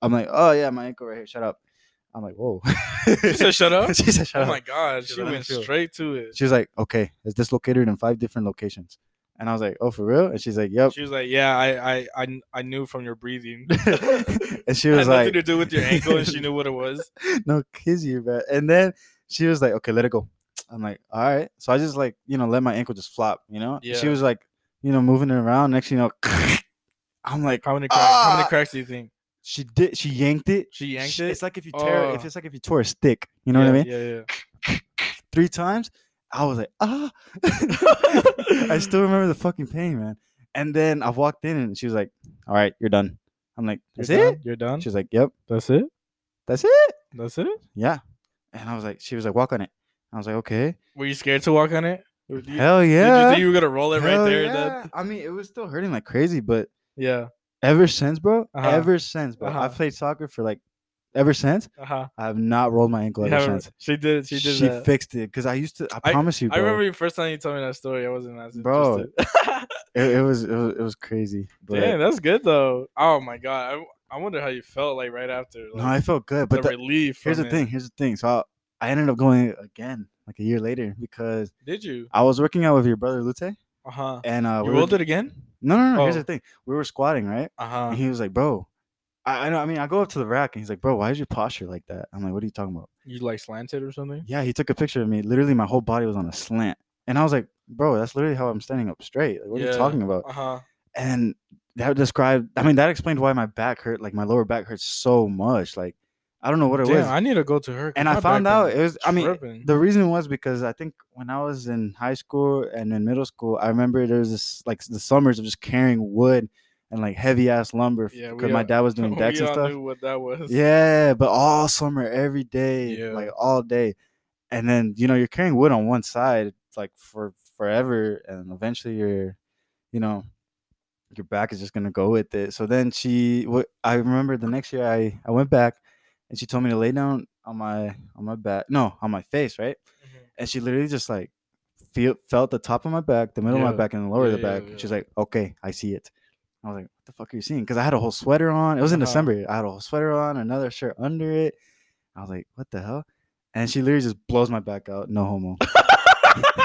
A: I'm like, "Oh yeah, my ankle right here. Shut up." I'm like, "Whoa."
B: She said,
A: [LAUGHS]
B: "Shut up."
A: she said,
B: [LAUGHS]
A: "Shut
B: Oh
A: up."
B: my god,
A: She's
B: she
A: like, "Let me
B: went
A: feel."
B: straight to it.
A: She was like, okay, it's dislocated in five different locations. And I was like, oh, for real? And she's like, yep.
B: She was like, "Yeah, I, I, I, kn- I knew from your [LAUGHS] breathing.
A: [LAUGHS] and she
B: It
A: was
B: had nothing
A: like,
B: to do with your ankle, and she knew what it was.
A: no, kiss you, bro. And then she was like, okay, let it go. I'm like, all right. So I just like, you know, let my ankle just flop, you know? And She
B: Yeah.
A: was like, you know, moving it around. Next thing you know, [LAUGHS] I'm like,
B: [LAUGHS] How many cracks? How
A: Ah!
B: many cracks do you think
A: she did, she yanked it.
B: she yanked
A: She-
B: it?
A: It's like if you tear, if
B: Oh.
A: it's like if you tore a stick, you know what I mean?
B: Yeah, yeah.
A: Three times, I was like, ah. [LAUGHS] I still remember the fucking pain, man. And then I walked in and she was like, "All right, you're done." I'm like, "That's it?"
B: You're done.
A: She was like, "Yep,
B: That's it.
A: that's it."
B: That's it.
A: Yeah. And I was like, she was like, "Walk on it." I was like, "Okay,
B: Were you scared to walk on it? Or do you-
A: hell
B: Did you
A: yeah."
B: think you were gonna roll it right
A: hell
B: there?
A: Yeah.
B: Yeah.
A: I mean, it was still hurting like crazy, but
B: yeah.
A: ever since, bro,
B: Uh-huh.
A: ever since, bro,
B: Uh-huh.
A: I've played soccer for like ever since.
B: Uh-huh.
A: I have not rolled my ankle
B: You
A: ever
B: haven't-
A: since.
B: She did. She did that.
A: fixed it because I used to. I,
B: I-
A: promise you, bro.
B: I remember the first time you told me that story. I wasn't as
A: Bro,
B: interested. [LAUGHS]
A: it, it was it was it was crazy. But
B: Damn, that's good though. Oh my god, I, w- I wonder how you felt like right after.
A: no,
B: like,
A: I felt good. But
B: the,
A: the,
B: relief.
A: here's the
B: from it.
A: thing. Here's the thing. So I, I ended up going again like a year later because
B: Did you?
A: I was working out with your brother Lute,
B: Uh huh.
A: and uh,
B: You
A: we were,
B: rolled it again?
A: No, no, no. Here's
B: Oh.
A: the thing. We were squatting, right?
B: Uh
A: And
B: huh.
A: he was like, "Bro, I, I know. I mean, I go up to the rack, and he's like, "Bro, why is your posture like that?" I'm like, "What are you talking about?"
B: You like slanted or something?
A: Yeah, he took a picture of me. Literally, my whole body was on a slant, and I was like, "Bro, that's literally how I'm standing up straight. Like, what are
B: Yeah.
A: you talking about?"
B: Uh huh.
A: and that described i mean that explained why my back hurt like my lower back hurt so much like i don't know what it
B: Damn,
A: was
B: I need to go to her. 'cause
A: and i
B: my
A: found
B: back
A: out
B: been
A: it was i mean
B: tripping.
A: the reason was because i think when i was in high school and in middle school i remember there was this like the summers of just carrying wood and like heavy ass lumber
B: Yeah,
A: because
B: we
A: my
B: all-
A: dad
B: [LAUGHS]
A: was doing decks and
B: we all
A: stuff
B: knew what that was.
A: yeah but all summer every day
B: Yeah.
A: like all day and then you know you're carrying wood on one side like for forever and eventually you're you know your back is just gonna go with it. So then she, what I remember the next year, I I went back, and she told me to lay down on my on my back, no, on my face, right?
B: Mhm.
A: And she literally just like feel felt the top of my back, the middle of
B: Yeah.
A: my back, and the lower of the
B: Yeah, yeah,
A: back.
B: yeah.
A: She's like, okay, I see it. I was like, what the fuck are you seeing? Because I had a whole sweater on. It was in
B: Uh-huh.
A: December. I had a whole sweater on, another shirt under it. I was like, what the hell? And she literally just blows my back out. No homo.
B: [LAUGHS] [LAUGHS]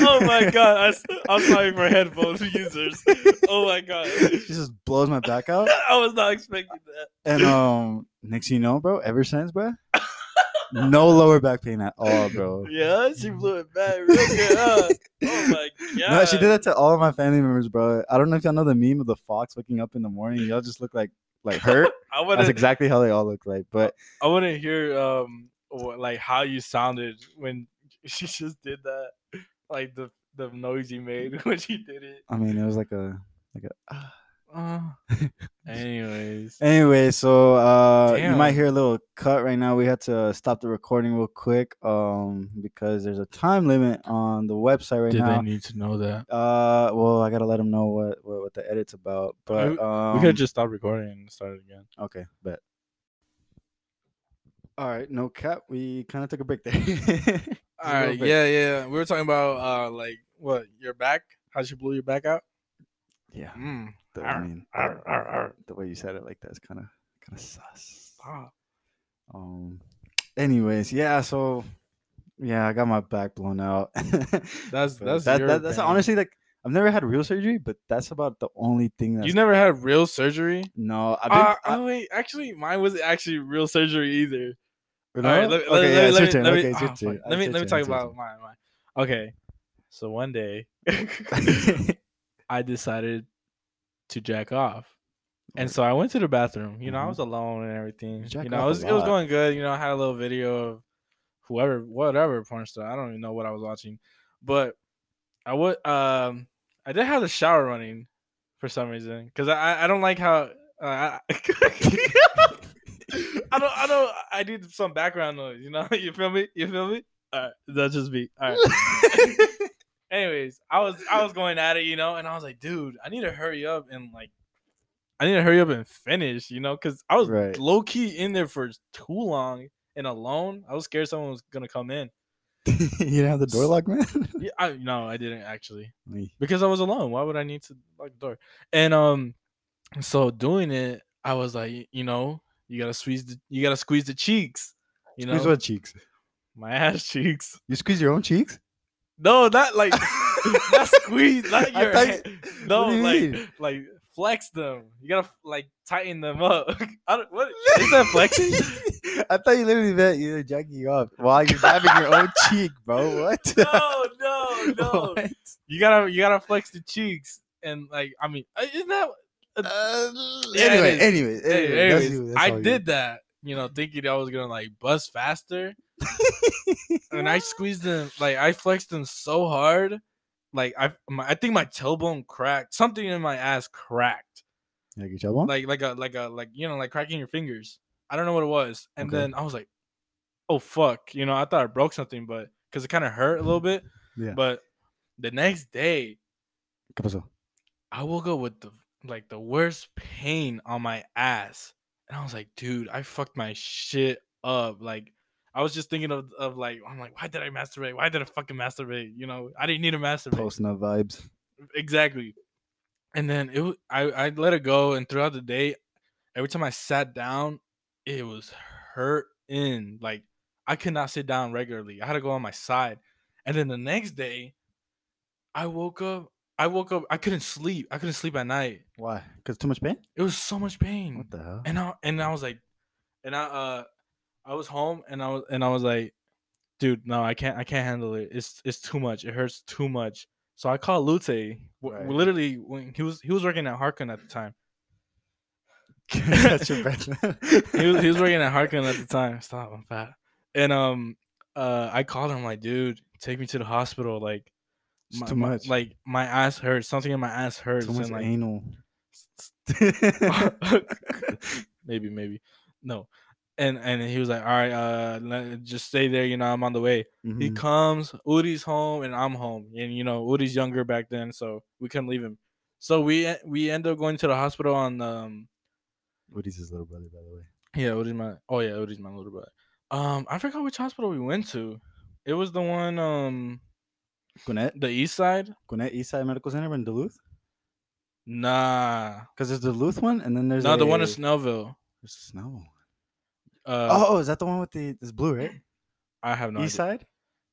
B: oh my god, I, s- I'm sorry for headphones [LAUGHS] users. Oh my god,
A: [LAUGHS]
B: [LAUGHS]
A: she just blows my back out.
B: I was not expecting
A: [LAUGHS]
B: that.
A: And um, next thing you know, bro, ever since, bro, no lower back pain at all, bro.
B: Yeah, she blew it back. Real good, huh? [LAUGHS] Oh my god.
A: No, she did that to all of my family members, bro. I don't know if y'all know the meme of the fox waking up in the morning. Y'all just look like
B: [LAUGHS]
A: like hurt.
B: I want
A: That's
B: to.
A: exactly how they all look like. But
B: I want to hear um what, like how you sounded when [LAUGHS] she just did that, like the the noise you made [LAUGHS] when she did it.
A: I mean, it was like a like a. ah,
B: [LAUGHS] Uh, anyways,
A: Anyway, so uh, you might
B: Damn.
A: hear a little cut right now. We had to stop the recording real quick um, because there's a time limit on the website right
B: did
A: now.
B: they need to know that?
A: uh, well, I gotta let them know what, what, what the edit's about.
B: mean,
A: But um,
B: we could just stop recording and start it again.
A: okay, bet. All right, no cap. We kind of took a break there. [LAUGHS]
B: All
A: little
B: right,
A: bit.
B: yeah, yeah. We were talking about uh, like what your back, how she blew your back out.
A: yeah,
B: Mm.
A: the, I
B: Arr,
A: mean,
B: arr, arr, arr.
A: the way you said it like that is kind of kind of sus.
B: Stop.
A: Um. Anyways, yeah. So, yeah, I got my back blown out. [LAUGHS]
B: That's
A: But
B: that's
A: that,
B: your
A: that- that's
B: pain.
A: honestly like I've never had real surgery, but that's about the only thing that's
B: You never had real surgery.
A: no. I've been,
B: Uh,
A: I-
B: oh wait, actually, mine wasn't actually real surgery either.
A: you
B: All right,
A: know?
B: let me- let
A: okay,
B: me-
A: yeah,
B: let
A: it's your
B: me- let
A: turn.
B: me-
A: Okay, it's your
B: ah, fuck.
A: turn.
B: Let
A: It's
B: me
A: your
B: let
A: turn,
B: me talk
A: it's your
B: about mine. mine. Okay, so one day
A: [LAUGHS]
B: [LAUGHS]
A: turn.
B: I decided to jack off. And so I went to the bathroom. You know, I
A: Mhm.
B: was alone and everything.
A: You jack
B: you know,
A: off
B: it
A: a
B: was, it was
A: lot.
B: going good. You know, I had a little video of whoever, whatever porn star. I don't even know what I was watching, but I would. Um, I did have the shower running for some reason because I I- I don't like how. Uh, I, [LAUGHS] I don't I don't I need some background noise. You know, [LAUGHS] you feel me? You feel me? All right, that's just me. All right. Anyways, I was I was going at it, you know, and I was like, dude, I need to hurry up and like, I need to hurry up and finish, you know, because I
A: [LAUGHS]
B: was
A: Right.
B: low key in there for too long and alone. I was scared someone was gonna come in.
A: you didn't have the door lock, man. [LAUGHS]
B: Yeah, I, no, I didn't actually
A: Me.
B: because I was alone. Why would I need to lock the door? And um, so doing it, I was like, y- you know, you gotta squeeze the you gotta squeeze the cheeks, you know,
A: Squeeze what cheeks?
B: my ass cheeks.
A: You squeeze your own cheeks?
B: No, not like [LAUGHS] not squeeze,
A: [LAUGHS]
B: not
A: I
B: your.
A: thought
B: hand.
A: you- what
B: No,
A: do you
B: like
A: mean?
B: like flex them. You gotta like tighten them up. [LAUGHS] I
A: [LAUGHS]
B: don't, what [LAUGHS] is that flexing?
A: I thought you literally meant you were jacking off while you're grabbing your
B: [LAUGHS]
A: own cheek, bro. What? [LAUGHS]
B: no, no, no.
A: What?
B: You gotta you gotta flex the cheeks and like I mean uh, isn't that
A: Uh,
B: Yeah, it
A: anyway, anyway,
B: is.
A: anyway,
B: Hey,
A: that's
B: anyways,
A: you, that's
B: I
A: all you.
B: did that. You know, thinking I was gonna like bust faster, and I squeezed them like I flexed them so hard, like I my, I think my tailbone cracked. Something in my ass cracked.
A: Like your jawbone?
B: like like a like a like you know like cracking your fingers. I don't know what it was, and
A: Okay.
B: then I was like, "Oh fuck!" You know, I thought I broke something, but because it kind of hurt a little bit.
A: Mm-hmm. Yeah.
B: But the next day,
A: ¿Qué pasó?
B: I woke up with the like the worst pain on my ass, and I was like, "Dude, I fucked my shit up." Like, I was just thinking of of like, I'm like, "Why did I masturbate? Why did I fucking masturbate?" You know, I didn't need to masturbate.
A: Post nut vibes.
B: Exactly. And then it, wa- I, I let it go, and throughout the day, every time I sat down, it was hurting. Like I could not sit down regularly. I had to go on my side. And then the next day, I woke up. I woke up. I couldn't sleep. I couldn't sleep at night.
A: Why? Because too much pain?
B: It was so much pain
A: What the
B: [LAUGHS]
A: hell? [LAUGHS]
B: and I and I was like, and I uh, I was home and I was and I was like, dude, no, I can't, I can't handle it. It's it's too much. It hurts too much. So I called Lute. W- w-
A: Right.
B: Literally, when he was he was working at Harkin at the time.
A: That's your breath.
B: He was he was working at Harkin at the time. Stop, I'm fat. And um, uh, I called him like, dude, take me to the hospital. Like,
A: It's
B: my-
A: too
B: my-
A: much.
B: like my ass hurts. Something in my ass hurts.
A: too much
B: and, like, [LAUGHS]
A: anal. Mm-hmm.
B: [LAUGHS] maybe, maybe. No. And and he was like, all right, uh, let- just stay there. You know, I'm on the way. He
A: Mhm.
B: comes, Udi's home, and I'm home. And you know, Udi's younger back then, so we couldn't leave him. So we e- we end up going to the hospital on um
A: Woody's his little brother, by the way.
B: yeah Udi's my oh yeah Udi's my little brother. Um, I forgot which hospital we went to. It was the one um
A: Gwinnett?
B: the East Side.
A: Gwinnett Eastside Medical Center in Duluth?
B: Nah,
A: Because there's the Duluth one, and then there's
B: no, the one
A: a-
B: in Snellville.
A: There's a snow.
B: Uh,
A: Oh, oh, is that the one with the it's blue, right?
B: I have [CLEARS THROAT] no idea.
A: Eastside?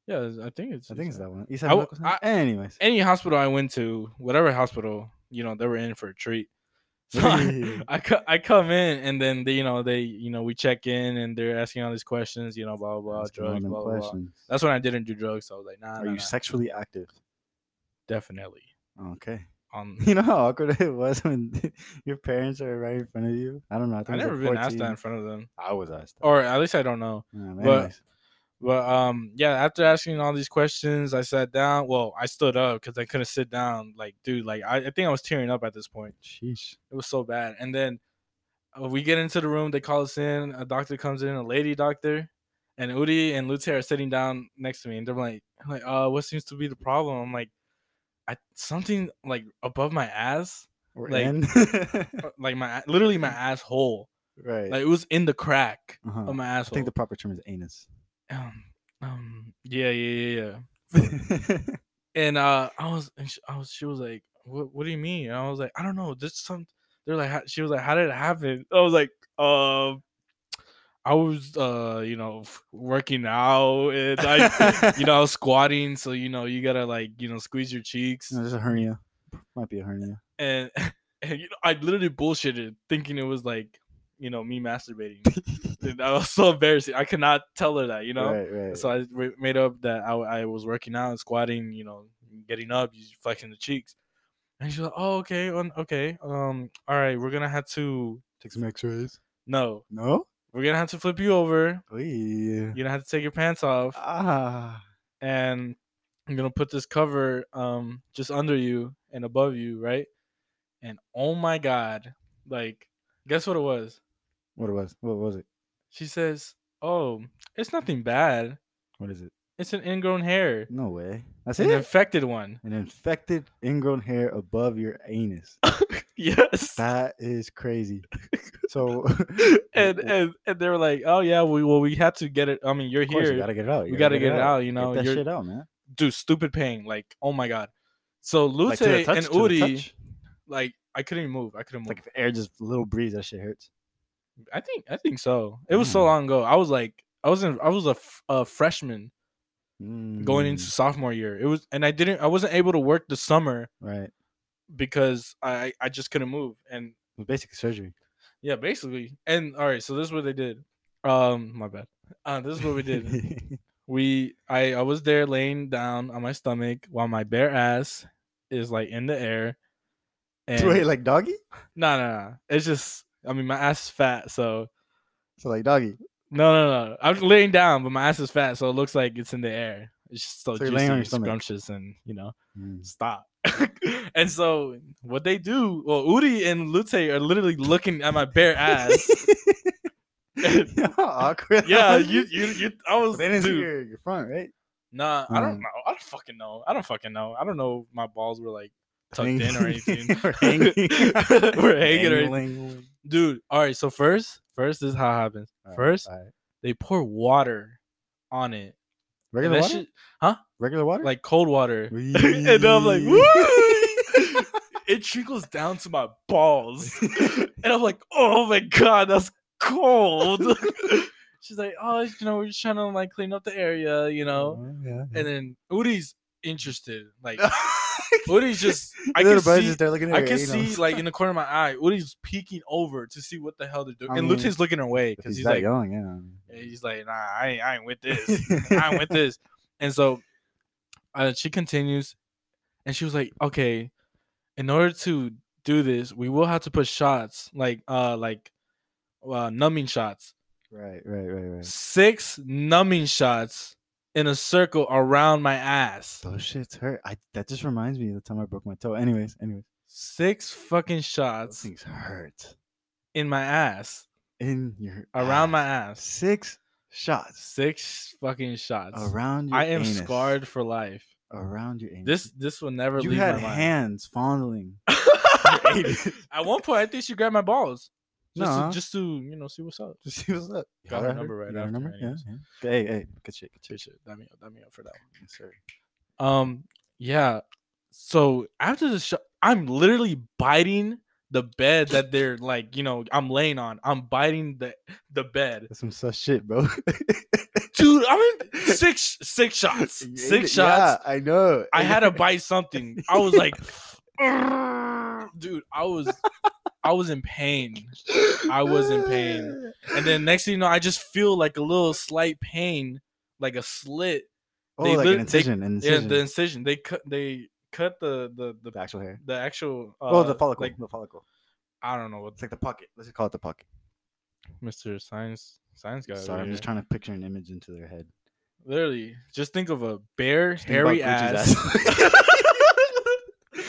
B: Yeah, I think it's.
A: I think it's
B: Eastside.
A: that one.
B: I
A: Eastside
B: w-
A: Medical Center.
B: I- [LAUGHS]
A: Anyways.
B: any hospital I went to, whatever hospital, you know, they were in for a treat. [LAUGHS] So
A: [LAUGHS]
B: I,
A: Really?
B: [LAUGHS] I, co- I come in and then they, you know they you know we check in and they're asking all these questions, you know, blah blah blah,
A: Asking all
B: drugs,
A: them
B: blah blah, blah.
A: questions.
B: That's when I didn't do drugs. So I was like, nah,
A: Are
B: nah,
A: you
B: nah,
A: sexually active? Oh,
B: definitely Um,
A: Okay. [LAUGHS]
B: on.
A: You know how awkward it was when [LAUGHS] your parents are right in front of you. I don't know. I, think
B: I
A: it was
B: never
A: like
B: been asked
A: 14.
B: that in front of them,
A: I was asked. That.
B: or at least I don't know.
A: Yeah,
B: but-
A: anyways.
B: But um, yeah, after asking all these questions, I sat down. Well, I stood up because I couldn't sit down. Like, dude, like I, I think I was tearing up at this point.
A: Sheesh.
B: It was so bad. And then uh, we get into the room. They call us in. A doctor comes in, a lady doctor, and Udi and Lute are sitting down next to me, and they're like, I'm like, uh, what seems to be the problem? I'm like, I something like above my ass,
A: We're
B: Like-
A: in. [LAUGHS]
B: uh, like my literally my asshole.
A: right.
B: Like it was in the crack
A: uh-huh.
B: of my
A: I
B: asshole.
A: think the proper term is
B: [LAUGHS]
A: anus.
B: um, um, yeah, yeah, yeah,
A: [LAUGHS]
B: yeah.
A: That's
B: and uh i was and sh i was she was like what what do you mean and i was like i don't know this some they're like "How-" she was like how did it happen i was like um i was uh you know f- working out and i you know i was squatting so you know you gotta like you know squeeze your cheeks
A: a hernia. Might be a hernia.
B: and [LAUGHS] and you know, i literally bullshitted thinking it was like you know me masturbating And i was so embarrassing i could not tell her that you know
A: right, right.
B: so I re- made up that I, w- I was working out and squatting, you know, getting up, you flexing the cheeks. And she's like, "Oh, okay, um, okay, um, all right, we're gonna have to
A: Take some X-rays.
B: no,
A: No.
B: we're gonna have to flip you over.
A: Oh yeah.
B: You're gonna have to take your pants off,
A: Ah.
B: and I'm gonna put this cover, um, just under you and above you, right? And oh my god, like, guess what it was?
A: What it was? What was it?
B: She says, "Oh, it's nothing bad.
A: What is it?
B: It's an ingrown hair,
A: No way. That's
B: an
A: it.
B: infected one."
A: An infected ingrown hair above your
B: [LAUGHS]
A: anus.
B: Yes.
A: That is crazy. So
B: [LAUGHS] and, and and they were like, "Oh yeah, we well we had to get it. I mean, you're
A: of course,
B: here,
A: you gotta get it out.
B: we
A: You
B: gotta get it out, you know,
A: Get that
B: you're-
A: shit out, man.
B: dude. Stupid pain. Like, oh my god." So Lute
A: Like, to the touch,
B: and
A: to the
B: Udi,
A: touch.
B: like I couldn't even move. I couldn't move.
A: Like if air just a little breeze, that shit hurts.
B: I think I think so. It was so
A: Mm.
B: long ago. I was like, I was in, I was a, f- a freshman going into
A: Mm,
B: sophomore year. It was, and I didn't, I wasn't able to work the summer
A: right.
B: because I I just couldn't move. And
A: Well, Basic surgery.
B: yeah, basically. And all right, so this is what they did. Um, my bad. Uh, this is what we did.
A: [LAUGHS]
B: we I, I was there laying down on my stomach while my bare ass is like in the air. And
A: [LAUGHS] Wait, like doggy?
B: no no no. It's just I mean my ass is fat, so
A: So like doggy.
B: no no no. I'm laying down, but my ass is fat, so it looks like it's in the air. It's just so,
A: So
B: juicy
A: you're laying on your
B: and
A: stomach.
B: scrumptious and you know,
A: Mm.
B: stop. [LAUGHS] and so what they do, well Udi and Lute are literally looking at
A: [LAUGHS]
B: my bare ass.
A: How awkward. [LAUGHS]
B: [LAUGHS] yeah,
A: was
B: you
A: it?
B: you, you I was
A: They didn't see
B: dude.
A: your, your front, right?
B: Nah, I don't
A: Um,
B: know. I don't fucking know. I don't fucking know. I don't know. If my balls were like tucked
A: Hang- [LAUGHS]
B: in or anything. [LAUGHS]
A: or hanging.
B: We're hanging or anything.
A: Dangling.
B: Dude, all right. So first, first this is how it happens.
A: Alright,
B: First,
A: alright.
B: they pour water on it. And
A: regular
B: that
A: water,
B: shit-
A: regular water, [LAUGHS]
B: like [LAUGHS] cold water, and I'm like,
A: Wee.
B: woo! [LAUGHS] it trickles down to my
A: [LAUGHS]
B: balls, [LAUGHS] and I'm like, oh my god, that's
A: [LAUGHS]
B: cold. [LAUGHS] She's like, oh, you know, we're just trying to like clean up the area, you know.
A: Oh, yeah. [LAUGHS]
B: And then Udi's interested, like
A: what
B: Udi's
A: [LAUGHS]
B: just I can see
A: there looking at
B: I
A: her [LAUGHS]
B: can
A: anal.
B: see like in the corner of my eye Udi's peeking over to see what the hell they're doing,
A: I
B: and
A: mean,
B: Lute's looking away
A: If
B: because he's,
A: that
B: like
A: young, yeah.
B: he's like nah I ain't, I
A: [LAUGHS]
B: ain't with this [LAUGHS] I ain't with this, and so uh, she continues, and she was like okay, in order to do this we will have to put shots like uh like uh, numbing shots
A: right, right, right, right.
B: six numbing shots in a circle around my ass
A: Those shits hurt. I that just reminds me of the time I broke my toe. Anyways, anyways,
B: six fucking
A: those
B: shots
A: things hurt
B: in my ass
A: in your
B: around my
A: ass.
B: ass.
A: six shots
B: six fucking shots.
A: around. Your
B: I am
A: anus.
B: scarred for life.
A: around your anus.
B: This this will never
A: you
B: leave
A: had
B: my mind. [LAUGHS]
A: hands fondling. [LAUGHS] anus.
B: At one point, I think she grabbed my balls just,
A: Nah.
B: to, just to you know see what's up.
A: Just see what's up. Yeah,
B: Got her
A: I
B: number right
A: You got her
B: after,
A: number? Yeah,
B: anyways.
A: yeah. Hey, hey, good shit, good shit.
B: Shit, shit, dime me up, dime me up for that one. Um, yeah. So after the shot, I'm literally biting the bed that they're like, you know, I'm laying on. I'm biting the the bed,
A: That's some sus shit, bro. [LAUGHS]
B: dude. I mean, six six shots,
A: [LAUGHS] Yeah,
B: six shots.
A: Yeah, I know.
B: I
A: And [LAUGHS]
B: had to buy something. I was like, dude, I was, I was in pain. [LAUGHS] I was in pain. And then next thing you know, I just feel like a little slight pain, like a slit.
A: oh,
B: they
A: like an
B: lit- they-
A: incision, an
B: Yeah,
A: incision.
B: the incision. They cut. They cut the the the,
A: the actual hair.
B: the actual. Uh,
A: oh, the follicle.
B: Like
A: the follicle.
B: I don't know what
A: It's like the pocket. Let's just call it the pocket.
B: Mr. Science Science guy.
A: Sorry, I'm just trying to picture an image into their head.
B: Literally, just think of a bare,
A: Just think about
B: hairy
A: Gucci's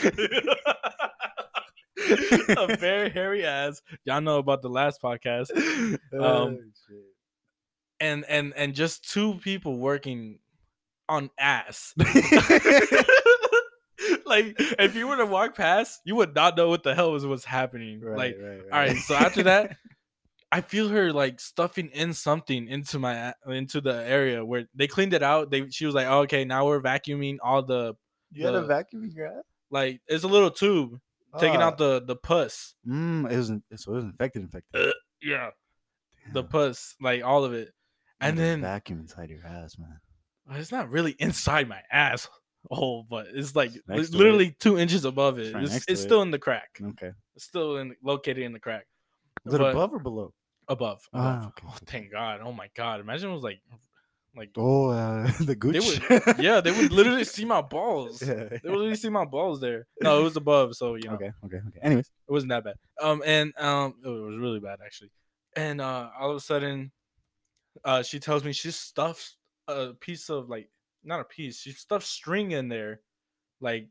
B: ass. [LAUGHS] [LAUGHS]
A: [LAUGHS]
B: a bare, hairy ass. Y'all know about the last podcast.
A: ass. Oh,
B: Um, And and and just two people working on ass. [LAUGHS] like if you were to walk past, you would not know what the hell was was [LAUGHS] happening. like
A: right,
B: All right. So after that, I feel her like stuffing in something into my a- into the area where they cleaned it out. They she was like, oh, okay, now we're vacuuming all the
A: [LAUGHS] you had a
B: the-
A: vacuum in your ass?
B: like it's a little tube
A: Ah.
B: taking out the the pus.
A: Mm, it was in- so it was infected, infected.
B: Yeah, the pus, like all of it,
A: You
B: and
A: had a
B: then
A: vacuum inside your ass, man.
B: it's not really inside my ass. hole, but it's like
A: It's
B: li-
A: next to it.
B: literally two inches above it.
A: right
B: It's,
A: next to
B: it's
A: it. Mm.
B: still in the crack.
A: Okay.
B: It's still in located in the crack.
A: Was it
B: But-
A: above or below?
B: Above.
A: Ah,
B: above.
A: okay,
B: Oh,
A: okay.
B: thank God. Oh my God. Imagine it was like, [LAUGHS]
A: [LAUGHS]
B: like
A: Oh, uh, the
B: They
A: Gucci. [LAUGHS]
B: would, yeah, they would literally see my balls. They
A: Yeah.
B: would literally see my balls there. No, it was above, so you know,
A: Okay, okay, okay. Anyways,
B: it wasn't that bad. Um, and um, it was really bad actually. And uh, all of a sudden, uh, she tells me she stuffs a piece of like not a piece, she stuffs string in there, like,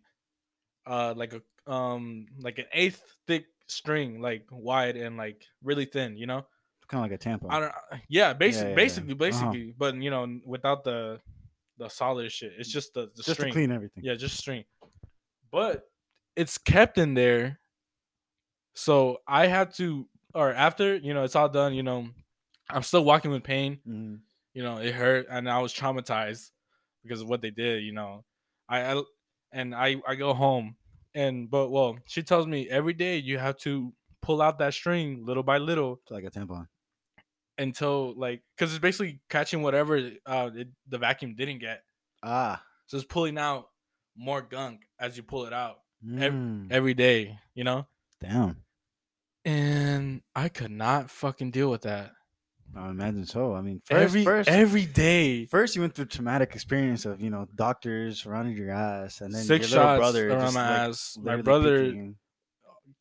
B: uh, like a um, like an eighth thick string, like wide and like really thin, you know.
A: kind of like a tampon.
B: I don't. Yeah, basic,
A: yeah, yeah.
B: basically,
A: Uh-huh.
B: basically, but you know, n- without the the solid shit, it's just the, the
A: just
B: string.
A: to clean everything.
B: Yeah, just string. But it's kept in there, so I had to, or after you know, it's all done. You know, I'm still walking with pain.
A: Mhm.
B: You know, it hurt, and I was traumatized because of what they did. You know, I, I and I I go home, and but well, she tells me every day you have to pull out that string little by little
A: It's like a tampon.
B: until like because it's basically catching whatever uh it, the vacuum didn't get
A: Ah.
B: so it's pulling out more gunk as you pull it out
A: mm,
B: every day you know
A: Damn.
B: and i could not fucking deal with that
A: I imagine so. I mean, first,
B: every
A: first,
B: every day
A: first, you went through traumatic experience of you know doctors surrounding your ass, and then
B: six
A: your little
B: shots
A: brother
B: around
A: just,
B: my
A: like,
B: ass my
A: literally
B: brother
A: peeking.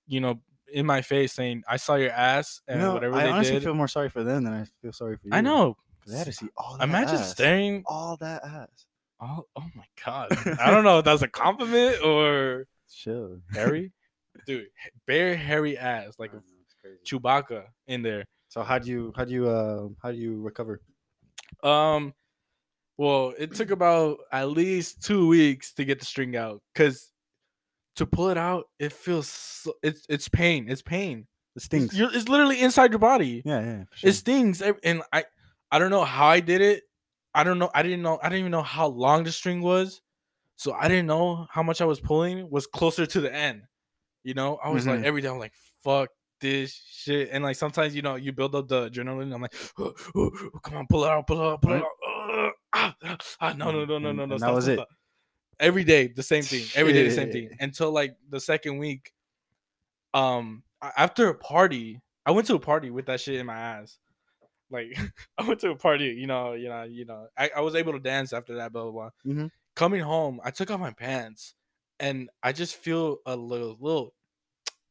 B: you know in my face saying i saw your ass
A: You
B: and
A: know,
B: whatever
A: I
B: they
A: honestly
B: did
A: feel more sorry for them than I feel sorry for you.
B: i know
A: 'Cause They had to see all. That
B: imagine
A: ass.
B: staring
A: all that ass.
B: oh, oh my
A: [LAUGHS]
B: god i don't know if that's a compliment or
A: Chill.
B: hairy dude bare hairy ass like
A: I [LAUGHS]
B: a
A: know, it's crazy.
B: Chewbacca in there.
A: So how do you how do you uh how do you recover?
B: Um, well, it took about at least two weeks to get the string out because to pull it out, it feels so, it's it's pain. It's pain.
A: It
B: It's,
A: stings.
B: you're, it's literally inside your body.
A: Yeah, yeah. for
B: It stings, ev- and I I don't know how I did it. I don't know. I didn't know. I didn't even know how long the string was, so I didn't know how much I was pulling was closer to the end. You know, I was like
A: Mhm.
B: every day. I'm like, fuck this shit, and like sometimes you know you build up the adrenaline. I'm like, "Oh, oh, oh, come on, pull it out, pull it out, pull it
A: Right.
B: out. Uh, ah, ah, ah, no, no, no, no,
A: And-
B: no,
A: and
B: no.
A: that
B: Stop,
A: was
B: stop,
A: it.
B: stop." Every day, the same thing. Every day, the same thing.
A: Shit.
B: Until like the second week, um, a- after a party, I went to a party with that shit in my ass. Like [LAUGHS] I went to a party, you know, you know, you know. I, I was able to dance after that, blah blah blah.
A: Mhm.
B: Coming home, I took off my pants, and I just feel a little, little,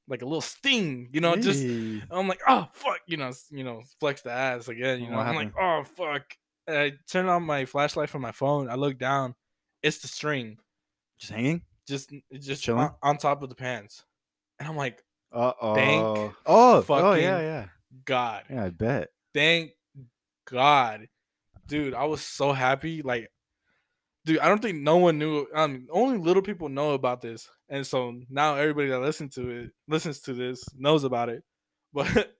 B: like a little sting, you know. Just
A: Hey.
B: I'm like, oh fuck, you know, s- you know, flex the ass again, you
A: What
B: know. I'm like, oh fuck. And I turn on my flashlight from my phone. I look down. It's the string,
A: just hanging.
B: just it's just
A: Chilling?
B: on, on top of the pants, and I'm like,
A: Uh oh.
B: Thank
A: Oh, oh
B: fucking-
A: yeah, yeah.
B: God.
A: Yeah, I bet.
B: thank God, dude. I was so happy. Like, dude, I don't think no one knew. Um, only little people know about this, and so now everybody that listens to it listens to this knows about it. [LAUGHS] But,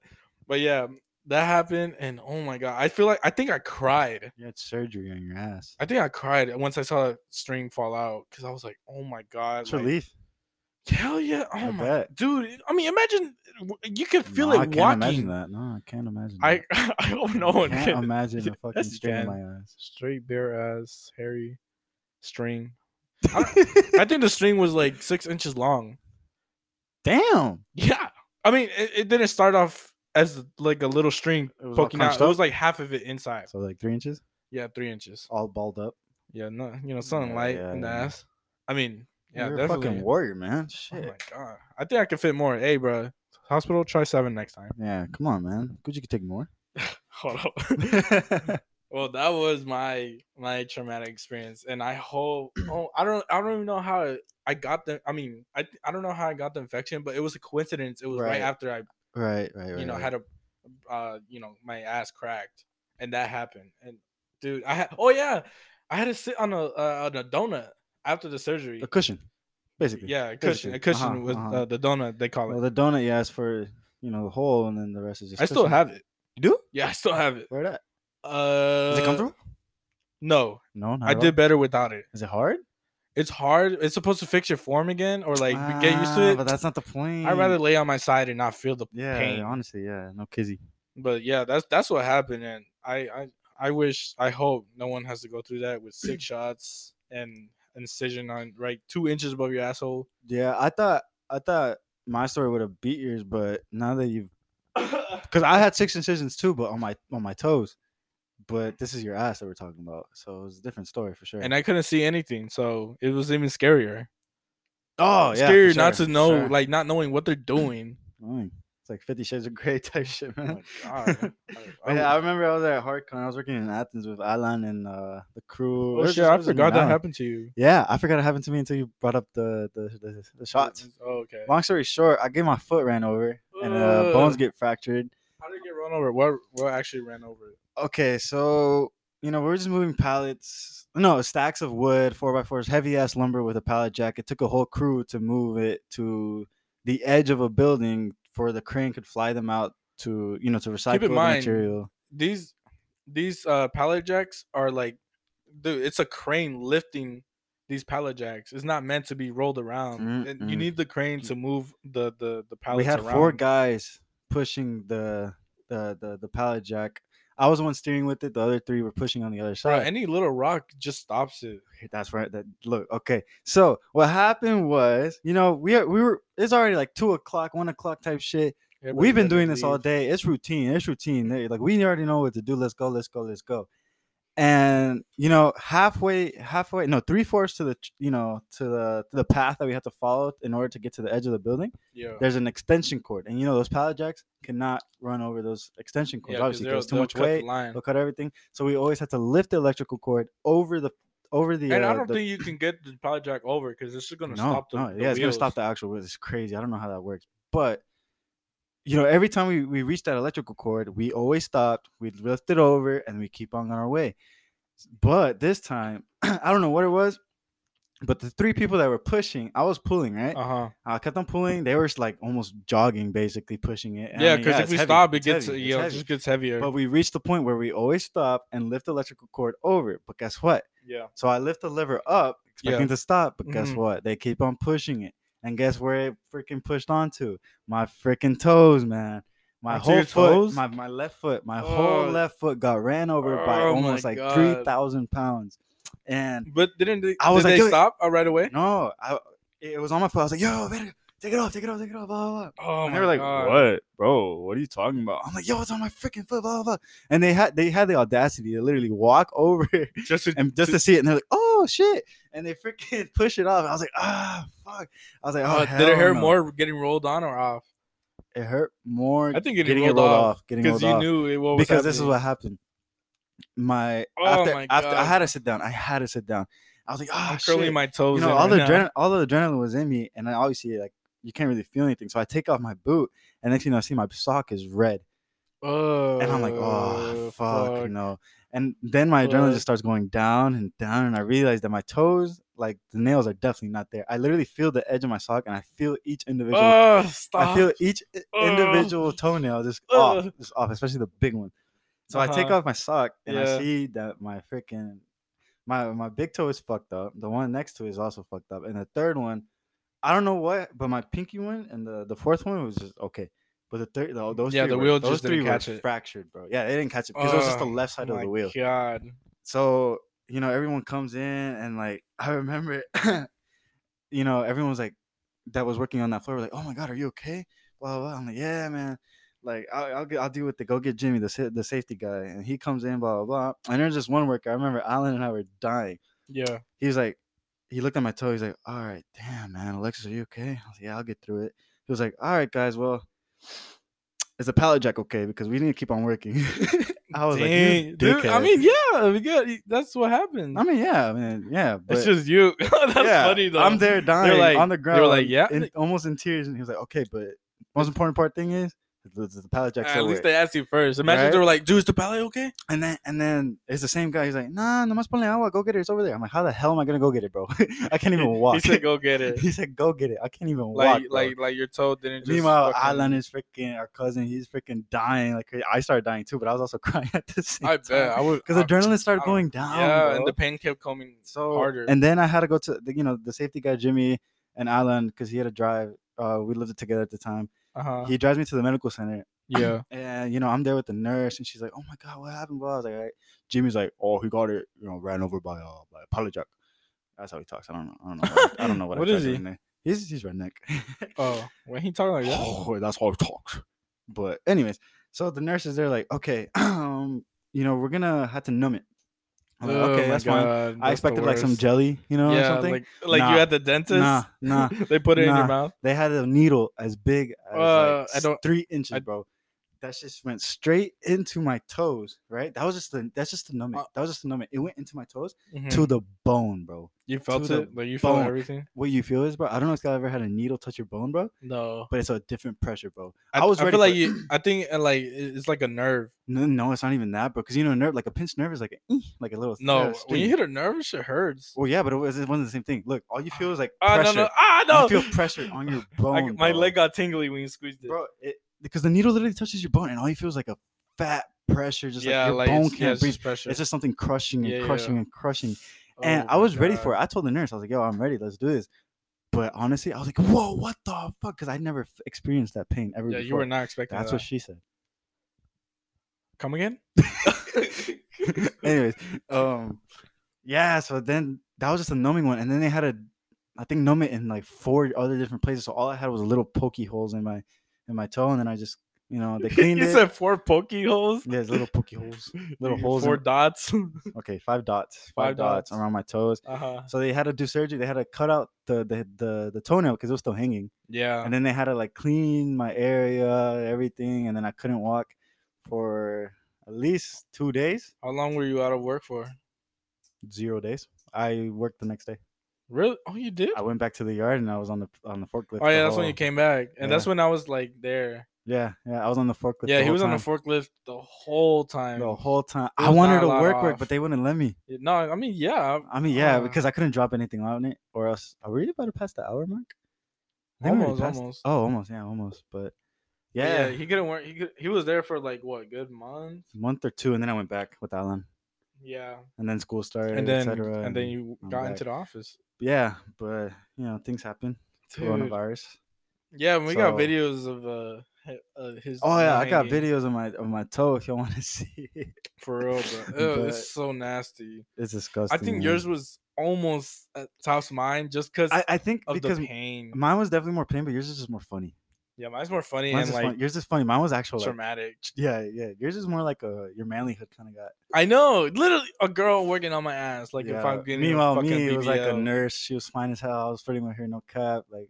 B: but yeah, that happened, and oh my God, I feel like I think I cried.
A: You had surgery on your ass.
B: I think I cried once I saw that string fall out because I was like, oh my God,
A: It's
B: like,
A: relief.
B: Hell yeah, oh
A: I
B: my
A: bet.
B: dude. I mean, imagine you can feel
A: No,
B: it
A: I can't
B: walking.
A: imagine that. No, I can't imagine.
B: I [LAUGHS]
A: that.
B: I hope no one
A: can't
B: can
A: imagine
B: [LAUGHS] Yeah,
A: a fucking
B: yes, you
A: string in
B: can.
A: my ass.
B: straight bare ass hairy string. [LAUGHS] I think the string was like six inches long.
A: Damn.
B: Yeah, I mean it, it didn't start off as like a little string
A: It was all
B: poking out.
A: crunched
B: It
A: up?
B: was like half of it inside.
A: So like three inches,
B: Yeah, three inches.
A: all balled up.
B: Yeah, no, you know something
A: Yeah,
B: light
A: yeah,
B: in the
A: yeah.
B: ass. I mean, yeah,
A: You're a
B: definitely.
A: fucking warrior, man.
B: oh
A: Shit.
B: my god, I think I could fit more. Hey, bro, hospital, try seven next time. [LAUGHS]
A: yeah, come on, man. Good, you could take more.
B: Hold up. Well, that was my my traumatic experience, and I hope.
A: [CLEARS THROAT]
B: Oh, I don't. I don't even know how it- I got the. I mean, I I don't know how I got the infection, but it was a coincidence. It was right,
A: Right.
B: after I,
A: Right, right, right.
B: you know,
A: right.
B: had a, uh, you know, my ass cracked, and that happened. And dude, I had. Oh yeah, I had to sit on a uh, on a donut after the surgery.
A: a cushion, basically.
B: yeah, a cushion. A cushion
A: Uh-huh,
B: with
A: uh-huh.
B: uh, the donut they call it.
A: Well, the donut, yeah, is for you know the hole, and then the rest is just.
B: I still
A: cushion.
B: have it.
A: You do?
B: Yeah, I still have it.
A: Where that?
B: Uh,
A: Is it comfortable?
B: No,
A: No, not
B: I
A: at all.
B: did better without it.
A: Is it hard?
B: It's hard. It's supposed to fix your form again, or like get used to
A: Ah,
B: it.
A: But that's not the point.
B: I'd rather lay on my side and not feel the
A: Yeah,
B: pain.
A: honestly, yeah, no kizzy.
B: But yeah, that's that's what happened, and I, I I wish I hope no one has to go through that with
A: [CLEARS THROAT]
B: six shots and incision on right two inches above your asshole.
A: Yeah, I thought I thought my story would have beat yours, but now that you've, because I had six incisions too, but on my on my toes. But this is your ass that we're talking about, so it was a different story for sure.
B: And I couldn't see anything, so it was even scarier.
A: oh yeah, for
B: scarier not
A: sure,
B: to
A: for
B: know,
A: sure.
B: like not knowing
A: [CLEARS THROAT]
B: what they're doing.
A: Mm, it's like Fifty Shades of Grey [LAUGHS] type shit,
B: Oh
A: man.
B: my
A: [LAUGHS]
B: God. I- I
A: yeah, I
B: would-
A: remember I was at HardCon. I was working in Athens with Alan and uh, the crew. It
B: Oh
A: was
B: shit!
A: just- it
B: I
A: was in
B: forgot that
A: Alan.
B: happened to you.
A: Yeah, I forgot it happened to me until you brought up the the, the, the shots.
B: Oh, okay.
A: Long story short, I get my foot ran over and uh, bones
B: Ugh.
A: get fractured.
B: How did it get run over? What what actually ran over it?
A: Okay, so you know we were just moving pallets, no stacks of wood, four by fours, heavy ass lumber with a pallet jack. It took a whole crew to move it to the edge of a building for the crane could fly them out to you know to recycle the
B: mind-
A: material.
B: These these uh pallet jacks are like dude, it's a crane lifting these pallet jacks. It's not meant to be rolled around.
A: Mm,
B: And you
A: mm.
B: need the crane to move the the the pallets
A: we had
B: around.
A: four guys pushing the, the the the pallet jack. I was the one steering with it. The other three were pushing on the other
B: Bro,
A: side.
B: any little rock just stops it.
A: Okay, That's right. That look okay. So what happened was, you know, we are- we were. It's already like two o'clock, one o'clock type shit.
B: Everybody
A: We've been
B: better
A: doing this all
B: leave.
A: day. It's routine. It's routine. They- Like we already know what to do. Let's go. Let's go. Let's go. And you know, halfway, halfway, no, three fourths to the, tr- you know, to the to the path that we have to follow in order to get to the edge of the building.
B: Yeah.
A: There's an extension cord, and you know those pallet jacks cannot run over those extension cords.
B: Yeah, 'cause
A: obviously,
B: they'll-
A: there's too
B: they'll
A: much
B: cut the
A: weight.
B: line.
A: They'll cut everything. So we always had to lift the electrical cord over the over the.
B: and I
A: uh,
B: don't
A: the-
B: think you can get the pallet jack over because it's just gonna stop the, the
A: yeah, it's gonna stop
B: wheels.
A: the actual wheels. It's crazy. I don't know how that works, but you know, every time we we reach that electrical cord, we always stopped. We lift it over, and we keep on on our way. But this time, [CLEARS THROAT] I don't know what it was, but the three people that were pushing, I was pulling right.
B: Uh-huh.
A: I kept on pulling. They were s- like almost jogging, basically pushing it. And I
B: Yeah,
A: mean,
B: because if
A: it's
B: we
A: heavy,
B: stop, it
A: it's
B: gets
A: heavy, it's
B: you know, it
A: heavy.
B: just gets heavier.
A: But we reached the point where we always stop and lift the electrical cord over. But guess what?
B: yeah.
A: So I lift the lever up, expecting
B: Yeah.
A: to stop, but guess
B: Mhm.
A: what? They keep on pushing it. And guess where it freaking pushed onto? My freaking toes, man. My
B: Onto your
A: whole foot,
B: toes?
A: my, my left foot, my
B: Oh.
A: whole left foot got ran over by
B: Oh my
A: almost like
B: God.
A: 3,000 pounds. And
B: But didn't they,
A: I was
B: did
A: like,
B: they
A: "Yo,
B: stop uh, right away?
A: no, I, it was on my foot. I was like, yo, verga, take it off, take it off, take it off, blah, blah, blah.
B: Oh
A: and
B: my
A: they were like,
B: god!
A: "What, bro? What are you talking about?" I'm like, "Yo, it's on my freaking foot, blah blah." blah." And they had they had the audacity to literally walk [LAUGHS] over
B: Just to,
A: and just to see it, and they're like, "Oh shit!" And they freaking [LAUGHS] push it off. And I was like, "Ah, fuck!" I was like, "Oh,
B: uh, did
A: hell
B: it hurt
A: no."
B: more getting rolled on or off?
A: It hurt more.
B: I think it
A: getting
B: rolled
A: it rolled
B: off,
A: off, getting
B: Because
A: rolled
B: you
A: off,
B: knew it what was
A: because this is
B: happening.
A: what happened. My
B: Oh
A: after
B: my
A: after I
B: God.
A: had to sit down. I had to sit down. I was like, "Ah,
B: I'm curling
A: shit."
B: my toes.
A: you know,
B: in
A: all
B: right
A: the
B: now.
A: adrenaline, all the adrenaline was in me, and I obviously like you can't really feel anything. So I take off my boot, and next thing you know, I see my sock is red,
B: Oh,
A: and I'm like, oh fuck,
B: fuck.
A: no. And then my adrenaline
B: Fuck.
A: just starts going down and down, and I realize that my toes, like the nails, are definitely not there. I literally feel the edge of my sock, and I feel each individual.
B: Oh,
A: I
B: stop.
A: feel each i-
B: Ugh.
A: individual toenail just
B: Ugh.
A: off, just off, especially the big one. So I take
B: Uh-huh.
A: off my sock and
B: Yeah.
A: I see that my freaking my my big toe is fucked up. The one next to it is also fucked up, and the third one, I don't know what, but my pinky one and the the fourth one was just okay. But the third, tho- those
B: Yeah,
A: three
B: the
A: were-
B: wheel
A: those
B: just didn't
A: three were
B: catch it.
A: fractured, bro. Yeah, they didn't catch it because it was just the
B: Ugh,
A: left side of
B: my
A: the wheel
B: God.
A: so you know everyone comes in and like [LAUGHS] i remember you know everyone's like that was working on that floor like oh my god are you okay blah blah, blah. i'm like yeah man like I'll, I'll get I'll deal with it. Go get Jimmy, the sa- the safety guy, and he comes in, blah blah blah. And there's this one worker. I remember Alan and I were dying.
B: Yeah.
A: He was like, he looked at my toe. He's like, all right, damn man, Alexis, are you okay? I was like, yeah, I'll get through it. He was like, all right, guys, well, is a pallet jack okay? Because we need to keep on working. [LAUGHS] I was like, you
B: Dang, dude, I
A: dickhead.
B: mean, yeah, we got that's what happened.
A: I mean, yeah, I mean, yeah, but
B: it's just [LAUGHS] you. that's
A: yeah,
B: funny though.
A: I'm there dying
B: like-
A: on the
B: they were
A: ground.
B: like, yeah.
A: in- almost in tears, and he was like, okay, but most important part thing is the, the, the pallet jack.
B: At least they asked you first. Imagine
A: Right?
B: they were like, "Dude, is the pallet okay?"
A: And then and then it's the same guy. He's like, nah, no más ponle agua. Go get it. It's over there. I'm like, how the hell am I gonna go get it, bro? [LAUGHS] I can't even walk.
B: [LAUGHS] He said,
A: [LAUGHS]
B: "Go get it."
A: He said, go get it. I can't even walk.
B: like,
A: bro."
B: like, like your toe didn't. Just
A: Meanwhile,
B: fucking-
A: Alan is freaking our cousin. He's freaking dying like crazy. I started dying too, but I was also [LAUGHS] crying at the same
B: I bet I would.
A: because
B: I-
A: adrenaline started
B: I-
A: going down.
B: Yeah,
A: bro.
B: and the pain kept coming
A: so
B: harder.
A: And then I had to go to the, you know the safety guy Jimmy and Alan because he had to drive. Uh, we lived together at the time.
B: uh-huh.
A: He drives me to the medical center,
B: [LAUGHS] yeah,
A: and you know I'm there with the nurse, and she's like, "Oh my god, what happened?" Bro, I was like, "Alright." "Jimmy's like, oh, he got it, you know, ran over by uh by a pallet jack." That's how he talks. I don't know. I don't know. What, I don't know what. I
B: What
A: tried
B: is
A: doing
B: he?
A: there. He's he's redneck. [LAUGHS]
B: oh, when he talking like that,
A: oh, that's how I talk. But anyways, so the nurses they're like, okay, [CLEARS THROAT] um, you know, we're gonna have to numb it. I'm
B: Oh
A: like, okay, that's fine. I expected like some jelly, you know, or
B: yeah,
A: something.
B: like like you
A: Nah.
B: at the dentist.
A: nah, nah.
B: [LAUGHS] they put it in
A: nah.
B: your mouth.
A: They had a needle as big as
B: Uh,
A: like
B: I don't-
A: three inches,
B: I-
A: bro. That just went straight into my toes, right? That was just the that's just the numb it.
B: Uh,
A: That was just the numb it. It went into my toes
B: Mhm.
A: to the bone, bro.
B: you felt
A: the
B: it, like you felt
A: bone.
B: everything.
A: What you feel is, bro. I don't know if I've ever had a needle touch your bone, bro,
B: No,
A: but it's a different pressure, bro.
B: I,
A: I was
B: I
A: ready
B: feel
A: for
B: like
A: it.
B: you. I think uh, like it- it's like a nerve.
A: No, no, it's not even that, bro. Because you know, nerve like a pinched nerve is like a, like a little.
B: No, when you
A: string.
B: hit a nerve, it hurts.
A: Well, yeah, but it was it wasn't the same thing. Look, all you feel is like
B: Ah, no,
A: pressure.
B: no, ah, no.
A: You feel pressure on
B: [LAUGHS]
A: your
B: I-
A: bone.
B: my
A: bro.
B: leg got tingly when you squeezed it.
A: bro. It, because the needle literally touches your bone, and all you feel is like a fat pressure, just like
B: yeah,
A: your
B: like
A: bone
B: it's, yeah,
A: can't
B: it's
A: breathe.
B: just pressure.
A: It's just something crushing and
B: Yeah, yeah.
A: crushing and crushing.
B: Oh
A: and I
B: my
A: was ready
B: God.
A: for it. I told the nurse, I was like, "Yo, I'm ready. Let's do this." But honestly, I was like, "Whoa, what the fuck?" Because I never f- experienced that pain ever
B: Yeah,
A: before.
B: you were not expecting
A: That's
B: that.
A: what she said.
B: Come again? [LAUGHS]
A: Anyways, um, yeah. So then that was just a numbing one, and then they had a, I think numb it in like four other different places. So all I had was little pokey holes in my, in my toe, and then I just, you know, they cleaned
B: [LAUGHS] you
A: it.
B: said four pokey holes.
A: yeah, it's little pokey
B: [LAUGHS]
A: holes. Little
B: You-
A: holes
B: Four
A: in- [LAUGHS]
B: dots.
A: Okay, five dots. Five,
B: Five
A: dots.
B: dots.
A: around my toes.
B: Uh huh.
A: So they had to do surgery. They had to cut out the the the, the toenail because it was still hanging,
B: Yeah.
A: and then they had to like clean my area, everything, and then I couldn't walk for at least two days,
B: How long were you out of work for?
A: zero days. I worked the next day.
B: Really? Oh, you did.
A: I went back to the yard and I was on the on the forklift.
B: Oh
A: the
B: yeah, that's when
A: whole-
B: you came back, and that's
A: Yeah.
B: when I was like there.
A: Yeah, yeah, I was on the forklift.
B: yeah,
A: the
B: he
A: whole
B: was on the
A: time.
B: forklift the whole time.
A: the whole time.
B: It
A: I
B: was
A: wanted
B: not
A: to
B: allowed
A: work work,
B: off.
A: but they wouldn't let me.
B: No, I mean yeah.
A: I mean, yeah,
B: Uh.
A: because I couldn't drop anything on it, or else. Are we about to pass the hour mark? I think we already
B: Almost,
A: passed-
B: almost.
A: Oh, almost. Yeah, almost. But
B: But
A: yeah,
B: He couldn't work. He could, he was there for like what good month.
A: month or two, and then I went back with Alan,
B: Yeah.
A: and then school started,
B: And then
A: etc.
B: and then you
A: I'm
B: got
A: back.
B: into the office.
A: yeah, but you know things happen.
B: Dude.
A: Coronavirus.
B: Yeah, and we got
A: So-
B: videos of uh, hi- uh his.
A: Oh yeah, I
B: knee
A: got
B: hanging.
A: videos of my of my toe if y'all [LAUGHS] want to see. it.
B: for
A: [LAUGHS]
B: real, bro. Ew,
A: But-
B: it's so nasty.
A: It's disgusting.
B: I think
A: man.
B: yours was almost at tops mine just because
A: I, I think
B: of
A: because
B: the pain.
A: Mine was definitely more pain, but yours is just more funny.
B: yeah, mine's more funny
A: Mine's
B: and
A: just
B: like
A: fun- Yours is funny. Mine was actual. Like,
B: traumatic.
A: yeah, yeah. Yours is more like a your manlyhood kind of guy.
B: I know, literally a girl working on my ass. Like if
A: Yeah,
B: I'm getting
A: meanwhile,
B: a fucking
A: me it was like a
B: BBL.
A: nurse. She was fine as hell. I was flirting with her, no cap. Like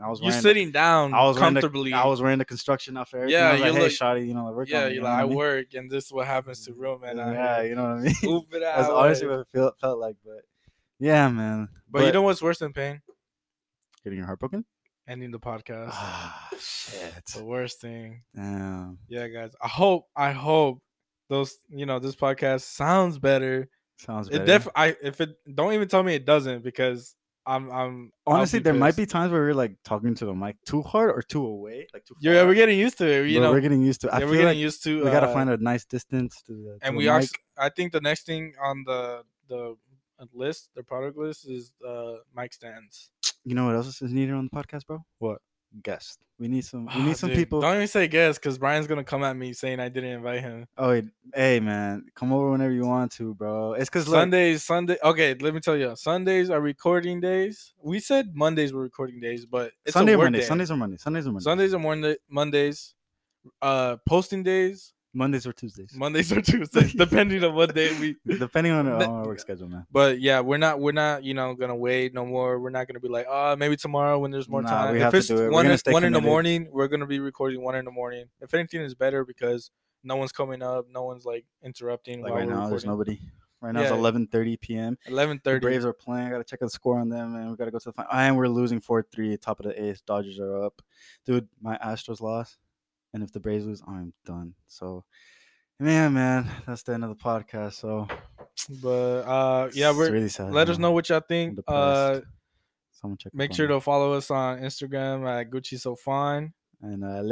A: I was.
B: You're
A: wearing the-
B: sitting down
A: I was wearing the-
B: comfortably.
A: I was wearing the construction outfit. Everything.
B: Yeah,
A: I was like,
B: you're
A: hey,
B: like-
A: shawty, you know, like, work
B: yeah,
A: on me,
B: you're
A: you know
B: like,
A: what
B: I
A: I mean?
B: work, and this is what happens to real men. out
A: Yeah,
B: here.
A: you know what I
B: [LAUGHS]
A: mean.
B: Oop it
A: [LAUGHS] That's
B: out,
A: honestly
B: like-
A: what it felt, felt like. But yeah, man.
B: but, you know what's worse than pain?
A: getting your heart broken.
B: Ending the podcast.
A: Ah, shit.
B: the worst thing.
A: Damn.
B: Yeah, guys. I hope. I hope those. You know, this podcast sounds better.
A: Sounds.
B: It
A: better.
B: def. I if it don't even tell me it doesn't because I'm I'm I'll
A: Honestly, there might be
B: pissed.
A: times where we're like talking to the mic too hard or too away, like too.
B: Yeah,
A: far.
B: we're getting used to it. You
A: But
B: know,
A: we're getting used to. I
B: yeah, we're
A: feel
B: getting
A: like
B: used to.
A: we gotta
B: uh,
A: find a nice distance to the. to
B: and
A: the
B: we
A: mic.
B: actually, I think the next thing on the the list, the product list, is uh mic stands.
A: You know what else is needed on the podcast, bro?
B: What?
A: Guest. We need some. We
B: Ah,
A: need some
B: dude,
A: people.
B: Don't even say guess, because Brian's gonna come at me saying I didn't invite him.
A: Oh, wait, hey man, come over whenever you want to, bro. It's because like,
B: Sundays, Sunday. Okay, let me tell you. Sundays are recording days. We said Mondays were recording days, but it's
A: Sunday
B: a
A: or
B: work
A: Monday.
B: day.
A: Sundays or Monday. Sundays or Monday.
B: Sundays are Monday, Mondays. Uh, posting days
A: Mondays or Tuesdays,
B: Mondays or
A: [LAUGHS]
B: Tuesdays, depending on what day we.
A: depending
B: [LAUGHS]
A: on our,
B: That-
A: on our work schedule, man.
B: But yeah, we're not we're not you know gonna wait no more. We're not gonna be like, oh, maybe tomorrow when there's more
A: Nah,
B: time.
A: we
B: if
A: have to
B: it's
A: do it. We're
B: one,
A: gonna
B: in-
A: stay
B: one in the
A: committed.
B: morning, we're gonna be recording one in the morning. If anything is better because no one's coming up, no one's like interrupting
A: Like
B: while
A: right
B: we're
A: now, there's
B: recording.
A: nobody. Right now it's
B: Yeah.
A: 11:30 p.m.
B: Eleven
A: The
B: thirty.
A: Braves are playing. I gotta check the score on them, and we gotta go to the final. And we're losing four three. Top of the eighth. Dodgers are up. Dude, my Astros lost, and if the Braves lose, I'm done. So, man, man, that's the end of the podcast. So
B: But uh, yeah,
A: it's
B: we're
A: really sad.
B: let us
A: man.
B: know what y'all think.
A: uh, depressed.
B: Uh,
A: Someone check. the
B: make
A: phone
B: sure
A: now.
B: to follow us on Instagram at Gucci So Fine.
A: and uh,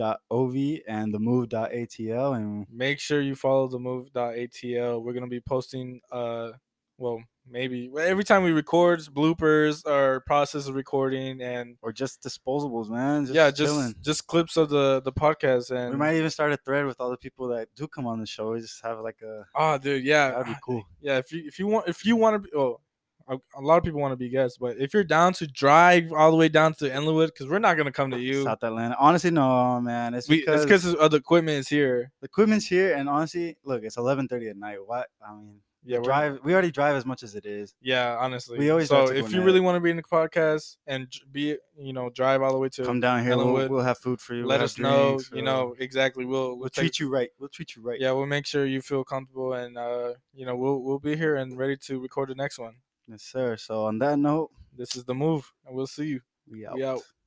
A: Alexis.ov and the move.atl and
B: Make sure you follow the move.atl. We're gonna be posting uh well maybe well, every time we record bloopers or process of recording and
A: or just disposables, man. Just
B: yeah, just
A: chilling.
B: just clips of the the podcast
A: we
B: and
A: might even start a thread with all the people that do come on the show. We just have like a
B: oh dude yeah
A: that'd be cool.
B: yeah if you if you want if you want to be oh a, a lot of people want to be guests but if you're down to drive all the way down to Enlewood because we're not gonna come to [LAUGHS] you
A: South Atlanta. Honestly, no, man. It's
B: we, it's
A: because
B: because the equipment is here
A: the equipment's here, and honestly, look, it's 11:30 at night. What I mean,
B: yeah we're-
A: drive. We already drive as much as it is.
B: Yeah, honestly.
A: We always have
B: so
A: to go
B: if you
A: net.
B: really want to be in the podcast and j- be you know drive all the way to,
A: Come down here. We'll,
B: Ellenwood,
A: we'll have food for you. we'll
B: let
A: have
B: us know.
A: drinks, we'll-
B: You know exactly. We'll we'll,
A: We'll
B: take,
A: treat you right. We'll treat you right.
B: Yeah, we'll make sure you feel comfortable and uh you know we'll we'll be here and ready to record the next one.
A: Yes, sir. So on that note,
B: This is the move, and we'll see you.
A: we
B: We out.
A: out.